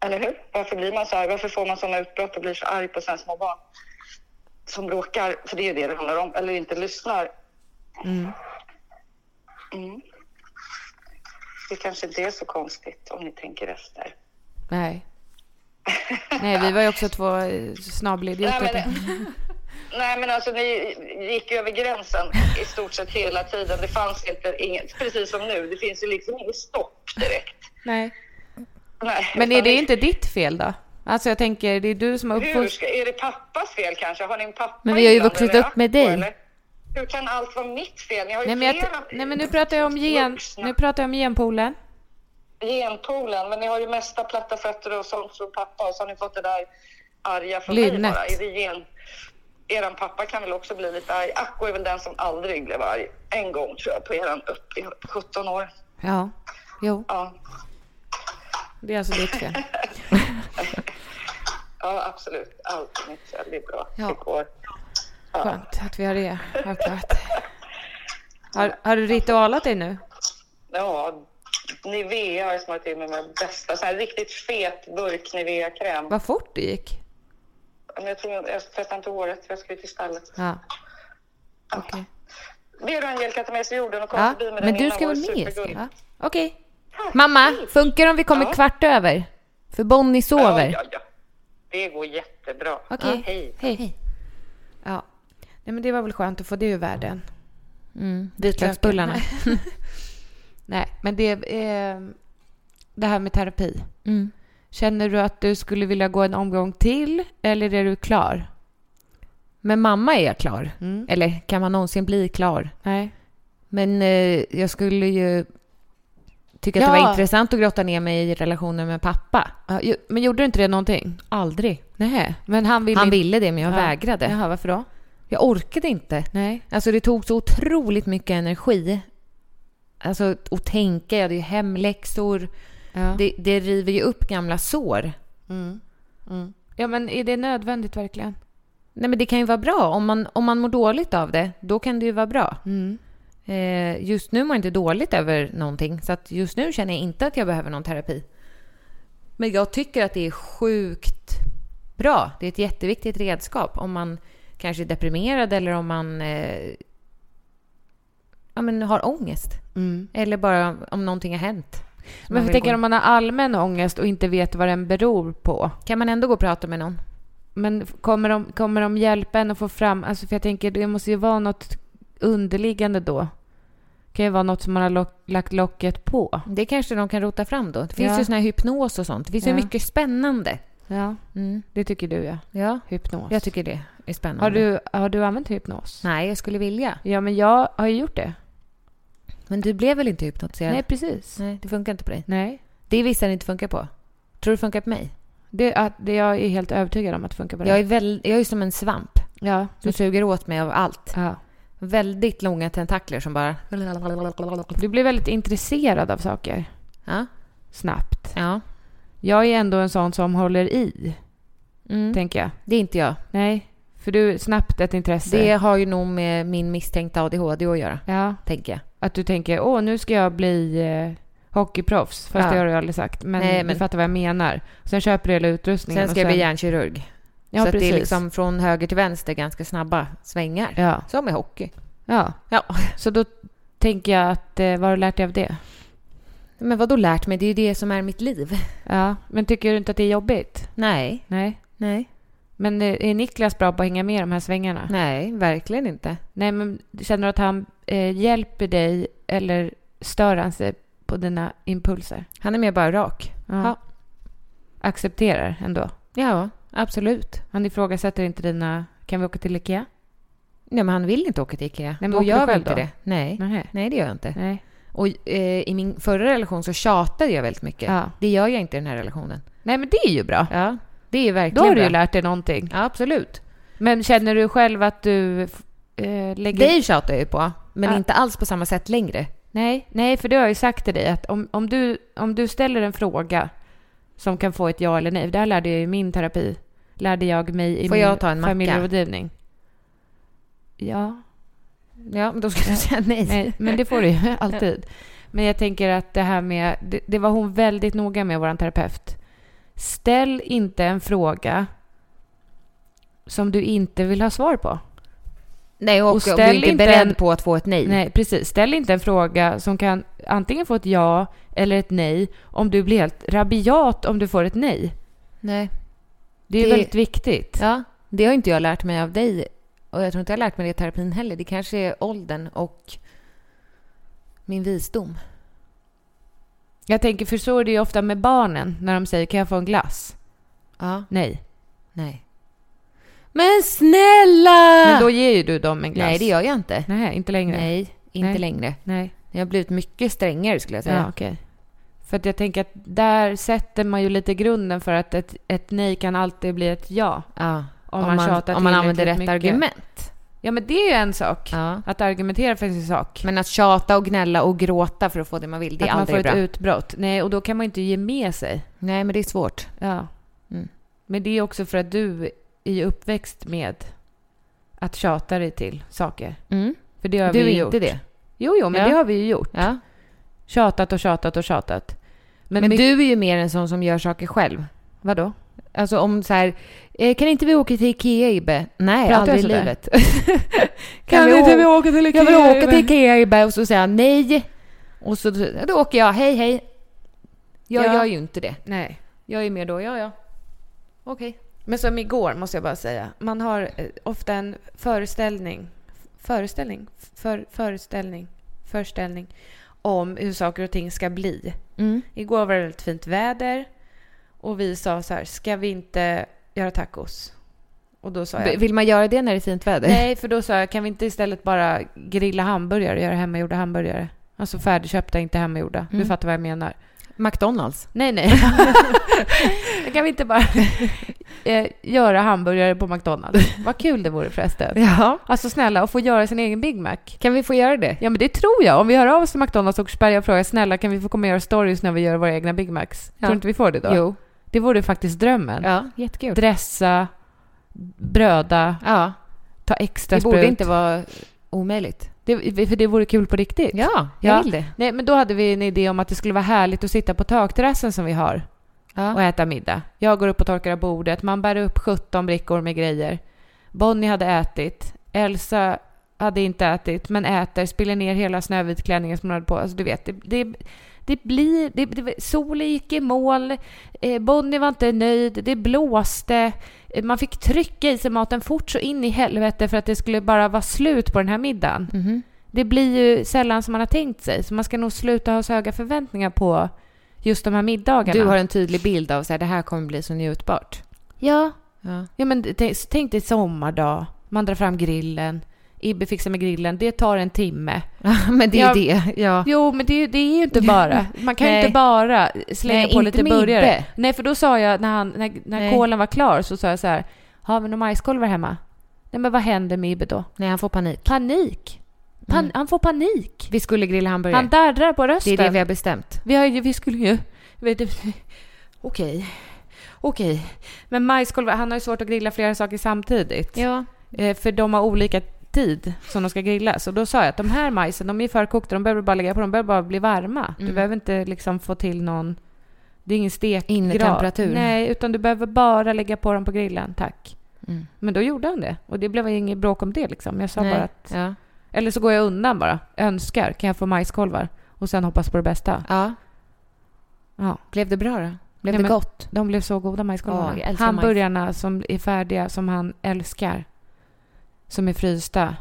Eller hur? Varför blir man så arg? Varför får man sådana utbrott och blir så arg på sina små barn? Som bråkar, för det är ju det det handlar om, eller inte lyssnar. Det kanske inte är så konstigt om ni tänker efter.
Nej. Nej, vi var ju också två eh, snabelidioter.
Nej, men, nej, men alltså ni gick ju över gränsen i stort sett hela tiden. Det fanns inte inget, precis som nu. Det finns ju liksom inget stopp direkt.
Nej.
Nej,
Men är
utan
det inte ditt fel då? Alltså jag tänker, det är du som har
Hur
uppfostrat...
ska, är det pappas fel kanske? Har ni en pappa
Men vi har ju
inblandad
vuxit
eller
upp med dig.
aktor, eller? Hur kan allt vara mitt fel? Ni har ju
Nej men, jag,
flera
nej men nu pratar jag om gen,
vuxna.
nu pratar jag om genpoolen.
genpoolen, men ni har ju mesta platta fötter och sånt från pappa och så har ni fått det där arga från mig
Lynnet.
bara. Är det gen... Eran pappa kan väl också bli lite arg. Acko är väl den som aldrig blev arg. En gång tror jag på eran upp i 17 år.
Ja, jo,
Ja,
det är alltså ditt fel.
ja absolut. Allt är mitt fel. Det är bra. Typ
Ja.
Det går.
Skönt att vi har det avklarat. Har, har du ritualat dig nu?
Ja, Nivea har jag smörjt in mig med bästa. Så här riktigt fet burk Nivea-kräm.
Vad fort det gick.
Men jag tror jag tvättar inte håret. Jag ska ut i stallet.
Ja. Okej.
Ber du Angelica ta med sig jorden och kom
Ja,
förbi med den
Men du
innan.
ska vara
Det var
med
supergulligt.
Jessica.
Ja. Okej.
Mamma, funkar om vi kommer
Ja.
kvart över? För Bonnie sover.
Ja, ja, ja. Det går jättebra.
Okej.
Ja, hej.
Hej.
Ja. Nej men det var väl skönt att få det ur världen.
Vitlöksbullarna.
Nej, men det, eh, det här med terapi. Känner du att du skulle vilja gå en omgång till eller är du klar?
Med mamma är jag klar. Eller kan man någonsin bli klar?
Mm. Nej.
Men eh, jag skulle ju tycka att det
Ja.
var intressant att grotta ner mig i relationen med pappa.
Ja, ju- men gjorde du inte det någonting?
Aldrig.
Nej, men han ville
Han
inte-
ville det, men jag
Ja.
vägrade.
Jaha, varför då?
Jag orkade inte.
Nej.
Alltså det tog så otroligt mycket energi. Alltså att tänka, jag hade ju hemläxor.
Ja. Mm.
Det, det river ju upp gamla sår.
ja, men är det nödvändigt verkligen?
Nej, men det kan ju vara bra. Om man, om man mår dåligt av det, då kan det ju vara bra.
Mm.
Eh, just nu mår jag inte dåligt över någonting, så att just nu känner jag inte att jag behöver någon terapi. Men jag tycker att det är sjukt bra. Det är ett jätteviktigt redskap om man kanske är deprimerad eller om man eh, ja, men har ångest. Eller bara om någonting har hänt.
Mm. Men jag
vill
tänker
gå-
om man har allmän ångest och inte vet vad den beror på.
Kan man ändå gå och prata med någon?
Men kommer de, kommer de hjälpa en att få fram... Alltså för jag tänker, det måste ju vara något underliggande då. Det kan ju vara något som man har lock, lagt locket på.
Det kanske de kan rota fram då. Det finns
Ja.
ju sån här hypnos och sånt. Det finns
Ja.
ju mycket spännande.
Ja,
Mm.
det tycker du ja.
Ja,
Hypnos.
jag tycker det är spännande.
har, du, har du använt hypnos?
Nej, jag skulle vilja.
Ja, men jag har ju gjort det.
Men du blev väl inte hypnotiserad?
Nej, precis.
Nej, det funkar inte på dig.
Nej.
Det är vissa det inte funkar på. Tror du det funkar på mig?
Det, att, det jag är helt övertygad om att det funkar på det.
Jag är, väl, jag är som en svamp
Ja.
som suger åt mig av allt.
ja.
Väldigt långa tentakler som bara...
Du blir väldigt intresserad av saker
Ja.
snabbt.
ja.
Jag är ändå en sån som håller i,
Mm.
tänker jag.
Det är inte jag.
Nej, för du snabbt ett intresse.
Det har ju nog med min misstänkta ADHD att göra,
Ja,
tänker jag.
att du tänker åh nu ska jag bli eh, hockeyproffs. Fast
Ja.
det har du aldrig sagt. Men,
Nej, men-
du fattar vad jag menar. Sen köper du hela utrustningen.
Sen ska
och
jag bli hjärnkirurg.
Ja,
så att det
precis.
är liksom från höger till vänster ganska snabba svängar.
Ja.
Som i hockey.
ja,
Ja.
så då tänker jag att eh, vad har du lärt dig av det?
Men vad då lärt mig? Det är ju det som är mitt liv.
Ja, men tycker du inte att det är jobbigt?
Nej.
Nej.
Nej.
Men eh, är Niklas bra på att hänga med i de här svängarna?
Nej, verkligen inte.
Nej, men känner du att han eh, hjälper dig eller stör han sig på dina impulser?
Han är mer bara rak.
Ja. Accepterar ändå?
Ja, absolut.
Han ifrågasätter inte dina... Kan vi åka till Ikea?
Nej, men han vill inte åka till Ikea.
men
Nej, då
åker du
gör vi
själv
inte
då?
det. Nej.
Nej.
Nej, det gör jag inte.
Nej.
Och eh, i min förra relation så tjatade jag väldigt mycket.
Ja.
Det gör jag inte i den här relationen.
Nej, men det är ju bra.
Ja, det är verkligen
Då har du
bra.
ju lärt dig någonting.
Ja, absolut.
Men känner du själv att du eh, lägger...
Dig tjatar jag ju på, men
Ja.
inte alls på samma sätt längre.
Nej, nej, för det har jag ju sagt till dig att om, om, du, om du ställer en fråga som kan få ett ja eller nej. Det här lärde jag ju i min terapi. Lärde jag mig i
Får
min
jag ta en macka?
familjerådgivning. Ja,
Ja, men då skulle jag säga nej.
nej, men det får du ju alltid. Men jag tänker att det här med... Det, det var hon väldigt noga med, vår terapeut. Ställ inte en fråga som du inte vill ha svar på.
Nej, och,
Och
och du är
ställ
inte
inte
beredd
en-
på att få ett nej.
Nej, precis. Ställ inte en fråga som kan antingen få ett ja eller ett nej om du blir helt rabiat om du får ett nej.
nej.
Det är ju
Det-
väldigt viktigt.
Ja, det har inte jag lärt mig av dig. Och jag tror inte jag har lärt mig det i terapin heller. Det kanske är åldern och min visdom.
Jag tänker, för så är det ju ofta med barnen när de säger kan jag få en glass?
Ja,
Nej.
nej. Men snälla!
Men då ger ju du dem en glass.
Nej, det gör jag inte.
Nej, inte längre.
Nej, inte
Nej.
längre.
Nej.
Jag har blivit mycket strängare skulle jag säga.
Ja, okej. För att jag tänker att där sätter man ju lite grunden för att ett, ett nej kan alltid bli ett ja.
Ja,
Om, man, tjatar
om man använder rätt
tillräckligt mycket.
argument.
Ja, men det är ju en sak.
Ja.
Att argumentera för sin sak.
Men att tjata och gnälla och gråta för att få det man vill, det är
att man får
aldrig bra.
ett utbrott. Nej, och då kan man ju inte ge med sig.
Nej, men det är svårt.
Ja.
Mm.
Men det är också för att du är uppväxt med att tjata dig till saker.
Mm.
För det har
Du
vi
är
ju gjort.
inte det.
Jo, jo, men
Ja.
det har vi ju gjort.
Ja.
Tjatat och tjatat och tjatat. Men,
Men
mycket-
du är ju mer en sån som gör saker själv.
Vadå?
Alltså om så här, eh, kan inte vi åka till Ikea Ibbe? Nej,
Pratar jag
aldrig i
sådär?
livet.
Kan, vi inte vi
å-
åka till Ikea?
Jag vill åka till
Ikea.
Ikea Ibbe och så säger han nej. Och så ja, då åker jag, hej hej. Jag
Ja.
gör ju inte det.
Nej.
Jag är mer då, ja ja. Okej.
Men som igår måste jag bara säga. Man har eh, ofta en föreställning. Föreställning? För, föreställning? Föreställning. Om hur saker och ting ska bli.
Mm.
Igår var det väldigt fint väder. Och vi sa så här, ska vi inte göra tacos? Och då sa jag...
B- Vill man göra det när det är fint väder?
Nej, för då sa jag, kan vi inte istället bara grilla hamburgare och göra hemmagjorda hamburgare? Alltså färdigköpta, inte hemmagjorda. Du fattar vad jag menar.
McDonalds.
Nej, nej. Jag kan vi inte bara eh, göra hamburgare på McDonalds? Vad kul det vore förresten.
Ja.
Alltså snälla, att få göra sin egen Big Mac.
Kan vi få göra det?
Ja, men det tror jag. Om vi hör av oss till McDonalds och Åkersberga och frågar snälla kan vi få komma och göra stories när vi gör våra egna Big Macs?
Ja.
Tror inte vi får det då?
Jo.
Det vore faktiskt drömmen.
Ja, jättekul.
Dressa, bröda,
Ja,
ta extra
det borde
sprut.
inte vara omöjligt.
det, för det vore kul på riktigt.
Ja, jag
Ja.
vill det.
Nej, men då hade vi en idé om att det skulle vara härligt att sitta på takterrassen som vi har och
Ja.
äta middag. Jag går upp och torkar av bordet. Man bär upp 17 brickor med grejer. Bonnie hade ätit. Elsa hade inte ätit, men äter. Spiller ner hela snövitklänningen som hon hade på. Alltså, du vet, det, det, det blir... Det, det, solen gick i mål. Eh, Bonnie var inte nöjd. Det blåste. Eh, Man fick trycka i sig maten fort så in i helvete för att det skulle bara vara slut på den här middagen.
Mm-hmm.
Det blir ju sällan som man har tänkt sig. Så man ska nog sluta ha så höga förväntningar på just de här middagarna.
Du har en tydlig bild av så här, det här kommer bli så njutbart.
Ja,
Ja.
Ja, men tänk, tänk dig sommardag. Man drar fram grillen. Ibbe fixar med grillen. Det tar en timme.
men det är
Ja.
det. Ja.
Jo, men det, är ju- det är ju inte bara. Man kan ju
Nej.
inte bara slänga
Nej,
på
inte
lite
med
burgare.
Ibbe.
Nej, för då sa jag när, han, när, när
Nej.
kolen var klar så sa jag så här. Har vi några majskolvar hemma? Nej, men vad händer med Ibbe då?
Nej, han får panik.
Panik. Pan, Han får panik.
Vi skulle grilla hamburgare.
Han darrar på
det
rösten.
är det vi har bestämt.
Vi, har ju, vi skulle ju... vet du- Okej. Okej. Men majskolvar, han har ju svårt att grilla flera saker samtidigt.
Ja.
Eh, För de har olika tid som de ska grillas. Och då sa jag att de här majsen, de är förkokta, de behöver bara lägga på, de behöver bara bli varma. Du behöver inte liksom få till någon... Det är ingen stekgrad.
Innetemperatur.
Nej, utan du behöver bara lägga på dem på grillen, tack. Men då gjorde han det. Och det blev inget bråk om det liksom. Jag sa
Nej.
bara att...
Ja.
Eller så går jag undan bara. Önskar, kan jag få majskolvar? Och sen hoppas på det bästa.
ja.
Ja.
Blev det bra då? Blev
Nej,
det
men-
gott?
De blev så goda majskolvarna.
Ja, jag älskar
Hamburgarna som är färdiga, som han älskar. Som är frysta.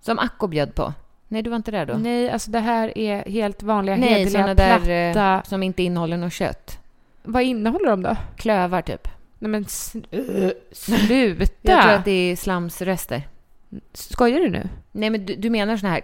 Som Acko bjöd på. Nej, du var inte där då?
Nej, alltså det här är helt vanliga
Nej
hederliga
såna där eh,
platta...
som inte innehåller något kött.
Vad innehåller de då?
Klövar typ.
Nej men sn- sluta!
Jag tror att det är slamsrester.
Skojar du nu?
Nej, men du, du menar såna här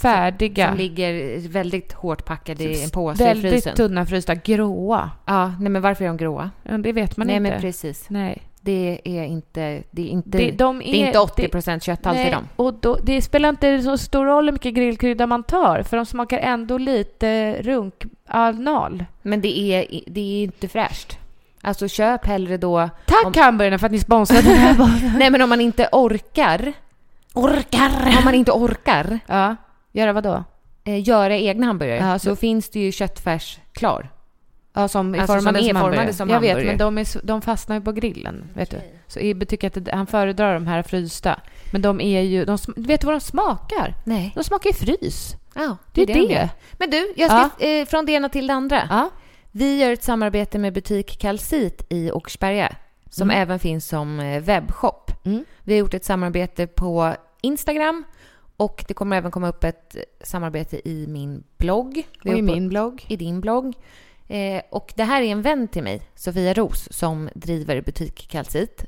Färdiga.
som ligger väldigt hårt packade i en påse i
Typ väldigt
frysen?
tunna frysta, gråa.
Ja, nej men varför är de gråa?
Ja, det vet man
nej,
inte.
men precis.
Nej,
Det är inte... Det är inte,
Det-
det,
de
är,
är-
inte 80 procent kötthalt i
Nej,
dem.
och då, det spelar inte så stor roll hur mycket grillkrydda man tar, för de smakar ändå lite runk-anal.
Men det är, det är inte fräscht. Alltså köp hellre då...
Tack
Om-
hamburgarna för att ni sponsrade den här podden.
Nej, men om man inte orkar... Orkar! Om man inte orkar
Ja, göra vad då?
eh, göra egna hamburgare,
Ja, så-
då finns det ju köttfärs klar.
Ja, som är
Alltså, som
formade
är
som,
formade
hamburgare.
som
Jag vet,
hamburgare.
men de, är, så- de fastnar ju på grillen. Vet du. Så Ibbe tycker att det, han föredrar de här frysta. Men de är ju... De, sm- vet du vad de smakar?
Nej.
De smakar ju frys.
Ja,
Det
det
är
är
det.
det. Men du, jag ska, eh, från det ena till det andra.
Ja.
Vi gör ett samarbete med butik Kalsit i Åkersberga som även finns som eh, webbshop. Vi har gjort ett samarbete på Instagram och det kommer även komma upp ett samarbete i min blogg. Vi har på-
blogg.
i din blogg. Eh, och det här är en vän till mig, Sofia Ros, som driver butik Kalsit.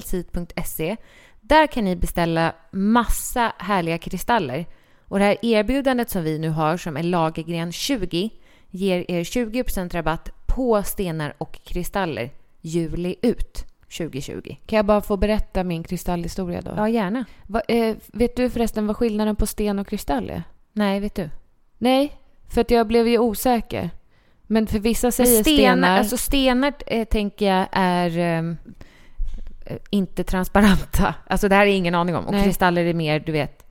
Butikkalsit.se. Där kan ni beställa massa härliga kristaller. Och det här erbjudandet som vi nu har, som är Lagergren 20, ger er 20% rabatt på stenar och kristaller juli ut 2020.
Kan jag bara få berätta min kristallhistoria då?
Ja, gärna.
Va, eh, vet du förresten vad skillnaden på sten och kristall är?
Nej, vet du.
Nej, för att jag blev ju osäker. Men för vissa säger
Men
stenar...
Alltså stenar eh, tänker jag är ehm, eh, inte transparenta. Alltså det här är ingen aning om. Och
Nej.
kristaller är mer, du vet,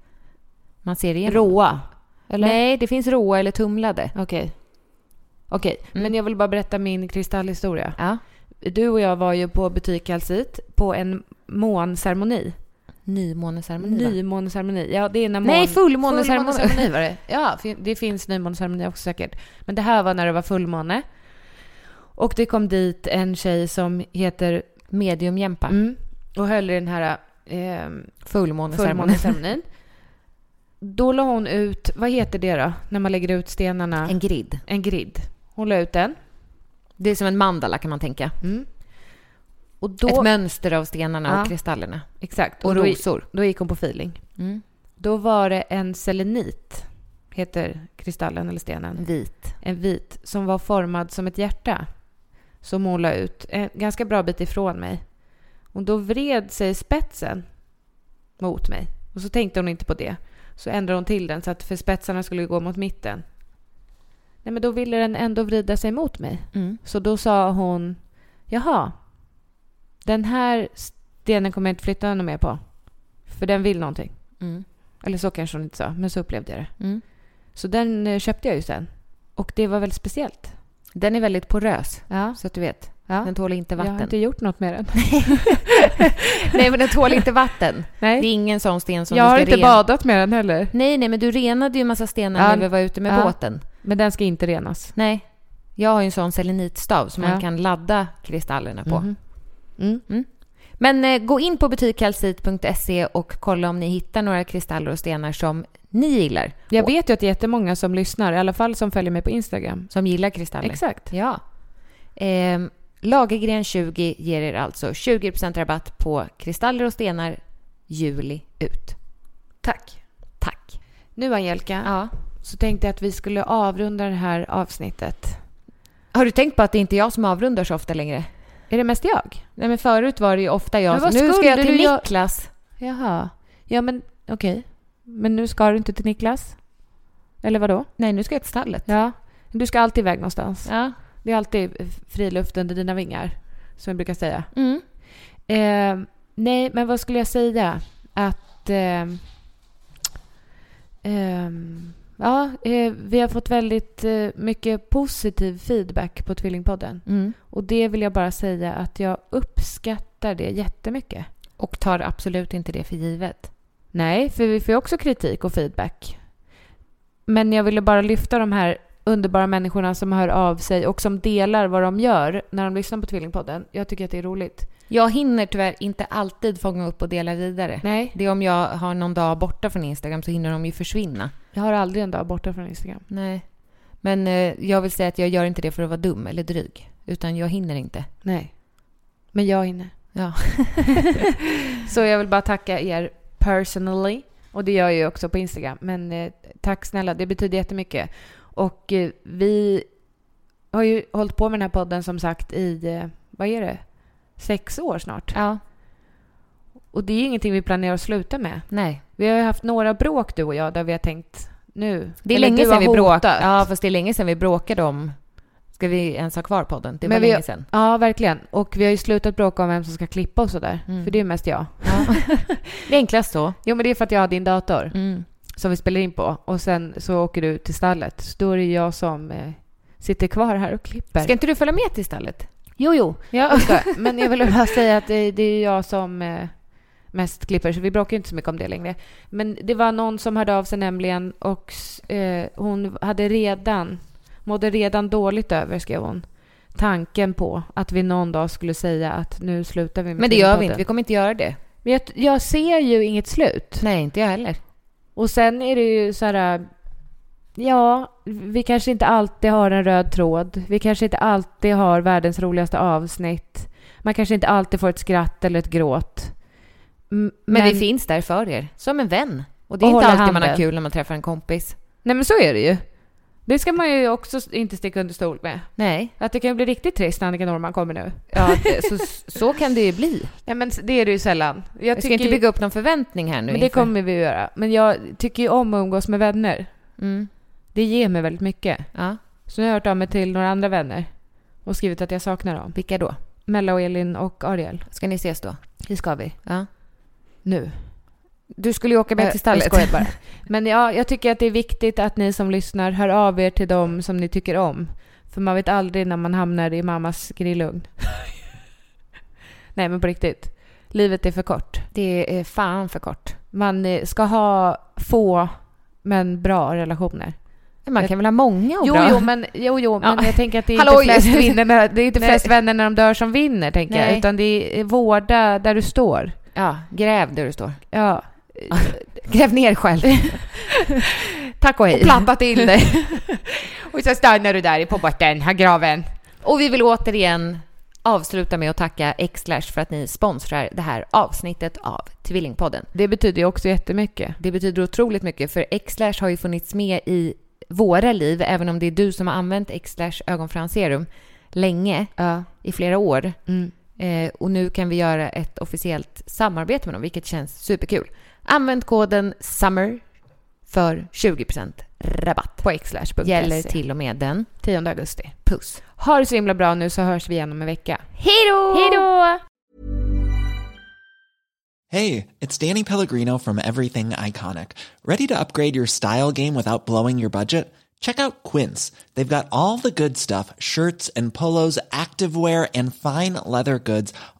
man ser igenom.
råa. Eller?
Nej, det finns råa eller tumlade.
Okej. Okej, men jag vill bara berätta min kristallhistoria.
Mm. Ja.
Du och jag var ju på butik Calcit på en månceremoni.
Nymåneceremoni va?
Nymåneceremoni. Ja, det är när mån...
Nej, fullmåneceremoni.
Fullmåneceremoni var det. Ja, fin- det finns nymåneceremoni också säkert. Men det här var när det var fullmåne. Och det kom dit en tjej som heter...
Mediumjämpa.
Mm, och höll i den här ehm,
Fullmåneceremoni.
fullmåneceremonin. Då la hon ut, vad heter det då? När man lägger ut stenarna.
En grid.
en grid. Hon la ut den.
Det är som en mandala kan man tänka.
Och då,
Mm. Ett mönster av stenarna
Ja.
och kristallerna.
exakt.
Och
då,
rosor.
Mm. då gick hon på feeling. Då var det en selenit, heter kristallen eller stenen.
Vit.
En vit som var formad som ett hjärta. Som hon la ut en ganska bra bit ifrån mig. Och då vred sig spetsen mot mig. Och så tänkte hon inte på det. Så ändrade hon till den så att för spetsarna skulle gå mot mitten. Nej, men då ville den ändå vrida sig mot mig. Så då sa hon, jaha, den här stenen kommer jag inte flytta något mer på. För den vill någonting.
Mm.
Eller så kanske hon inte sa, men så upplevde jag det.
Mm.
Så den eh, köpte jag ju sen. Och det var väldigt speciellt.
Den är väldigt porös,
Ja.
så att du vet.
Ja.
Den tål inte
Jag har
vatten.
inte gjort något med den.
Nej, men den tål inte vatten.
Nej.
Det är ingen sån sten som
jag
du
har
ska
inte
rena.
badat med den heller.
Nej, nej, men du renade ju en massa stenar
Ja.
när vi var ute med
Ja.
båten.
Men den ska inte renas.
Nej. Jag har ju en sån selenitstav som
Ja.
man kan ladda kristallerna på.
Mhm. Mm.
Men eh, gå in på butikkallsit.se och kolla om ni hittar några kristaller och stenar som ni gillar.
Jag
Och-
vet ju att det är jättemånga som lyssnar, i alla fall som följer mig på Instagram.
Som gillar kristaller.
Exakt.
Ja. Ehm, Lagergren20 ger er alltså 20% rabatt på kristaller och stenar juli ut.
Tack.
Tack.
Nu Angelica,
Ja.
så tänkte jag att vi skulle avrunda det här avsnittet.
Har du tänkt på att det inte är jag som avrundar så ofta längre?
Är det mest jag?
Nej, men förut var det ju ofta jag
Men
som...
vad
Nu ska
skulle
jag till
du göra?"
Niklas.
Jaha. Ja, men okej. Men nu ska du inte till Niklas? Eller vadå?
Nej, nu ska jag till stallet.
Ja. Du ska alltid iväg någonstans.
Ja.
Det är alltid friluft under dina vingar, som jag brukar säga.
Mm.
Eh, nej, men vad skulle jag säga? Att... Eh, ehm, ja, eh, vi har fått väldigt eh, mycket positiv feedback på Tvillingpodden.
Mm.
Och det vill jag bara säga att jag uppskattar det jättemycket.
Och tar absolut inte det för givet.
Nej, för vi får ju också kritik och feedback. Men jag ville bara lyfta de här underbara människorna som hör av sig och som delar vad de gör när de lyssnar på Tvillingpodden. Jag tycker att det är roligt.
Jag hinner tyvärr inte alltid fånga upp och dela vidare.
Nej,
Det är om jag har någon dag borta från Instagram så hinner de ju försvinna.
jag har aldrig en dag borta från Instagram.
Nej. Men eh, jag vill säga att jag gör inte det för att vara dum eller dryg. Utan jag hinner inte.
Nej. Men jag är inne.
Ja.
Så jag vill bara tacka er personally. Och det gör jag ju också på Instagram. Men eh, tack snälla, det betyder jättemycket. Och eh, vi har ju hållit på med den här podden som sagt i, eh, vad är det, sex år snart.
Ja.
Och det är ju ingenting vi planerar att sluta med.
Nej.
Vi har ju haft några bråk du och jag där vi har tänkt nu.
Det är
Eller
länge
du har
sedan vi bråkade.
hotat.
Ja, fast det är länge sedan vi bråkade om... Ska vi ens ha kvar podden? Det var
Men vi-
länge sedan.
Ja, verkligen. Och vi har ju slutat bråka om vem som ska klippa och sådär.
Mm.
För det är ju mest jag.
Ja. det är enklast så.
Jo, men det är för att jag har din dator
Mm.
som vi spelar in på. Och sen så åker du till stallet. Så då är det jag som eh, sitter kvar här och klipper.
Ska inte du följa med till stallet?
Jo, jo.
Ja.
Jag ska. Men jag vill bara säga att det, det är jag som eh, mest klipper, så vi bråkar ju inte så mycket om det längre. Men det var någon som hörde av sig nämligen och s- eh, hon hade redan, mådde redan dåligt över, skrev hon, tanken på att vi någon dag skulle säga att nu slutar vi med
Men det gör vi
filmpodden.
inte. Vi kommer inte göra det.
Men jag, jag ser ju inget slut.
Nej, inte jag heller.
Och sen är det ju så här... Ja, vi kanske inte alltid har en röd tråd. Vi kanske inte alltid har världens roligaste avsnitt. Man kanske inte alltid får ett skratt eller ett gråt. M-
Men, vi finns där för er. Som en vän. Och det är
Och
inte
håller
alltid man har
handen.
kul när man träffar en kompis.
Nej, men så är det ju. Det ska man ju också inte sticka under stol med.
Nej.
Att det kan ju bli riktigt trist när Annika Norman kommer nu.
Ja, det, så, så kan det ju bli.
Nej, men det är det ju sällan.
Jag ska inte bygga upp någon förväntning här nu.
Men det
inför-
kommer vi ju göra. Men jag tycker ju om att umgås med vänner.
Mm.
Det ger mig väldigt mycket.
Ja.
Så nu har jag hört av mig till några andra vänner och skrivit att jag saknar dem.
Vilka då?
Mella och Elin och Ariel.
Ska ni ses då?
Det ska vi.
Ja.
Nu.
Du skulle ju åka med
Eh,
till stallet.
jag skojar bara. Men ja, jag tycker att det är viktigt att ni som lyssnar hör av er till dem som ni tycker om. För man vet aldrig när man hamnar i mammas grillugn. Nej, men på riktigt. Livet är för kort.
Det är fan för kort.
Man eh, ska ha få men bra relationer.
Men Man kan väl ha många och
Jo,
bra?
jo, men, jo, jo, men
Ja.
jag tänker att det är
Halloj!
inte, flest, vinner när, det är inte
Nej.
flest vänner när de dör som vinner, tänker jag.
Nej.
Utan det är vårda där du står.
Ja, gräv där du står.
Ja,
Gräv ner själv. Tack och hej.
Och platta till
dig. och så stannar du där på botten, här graven. Och vi vill återigen
avsluta med att tacka Xlash för att ni sponsrar det här avsnittet av Tvillingpodden.
Det betyder ju också jättemycket.
Det betyder otroligt mycket för Xlash har ju funnits med i våra liv, även om det är du som har använt Xlash ögonfranserum länge,
Ja.
i flera år. Eh, och nu kan vi göra ett officiellt samarbete med dem, vilket känns superkul. Använd koden SUMMER för 20% rabatt.
På xlash.se.
Gäller
E.
till och med den.
10 augusti.
E. Puss.
Ha det så himla bra nu så hörs vi igen om en vecka.
Hej då!
Hej då!
Hey, it's Danny Pellegrino from Everything Iconic. Ready to upgrade your style game without blowing your budget? Check out Quince. They've got all the good stuff shirts and polos, activewear, and fine leather goods,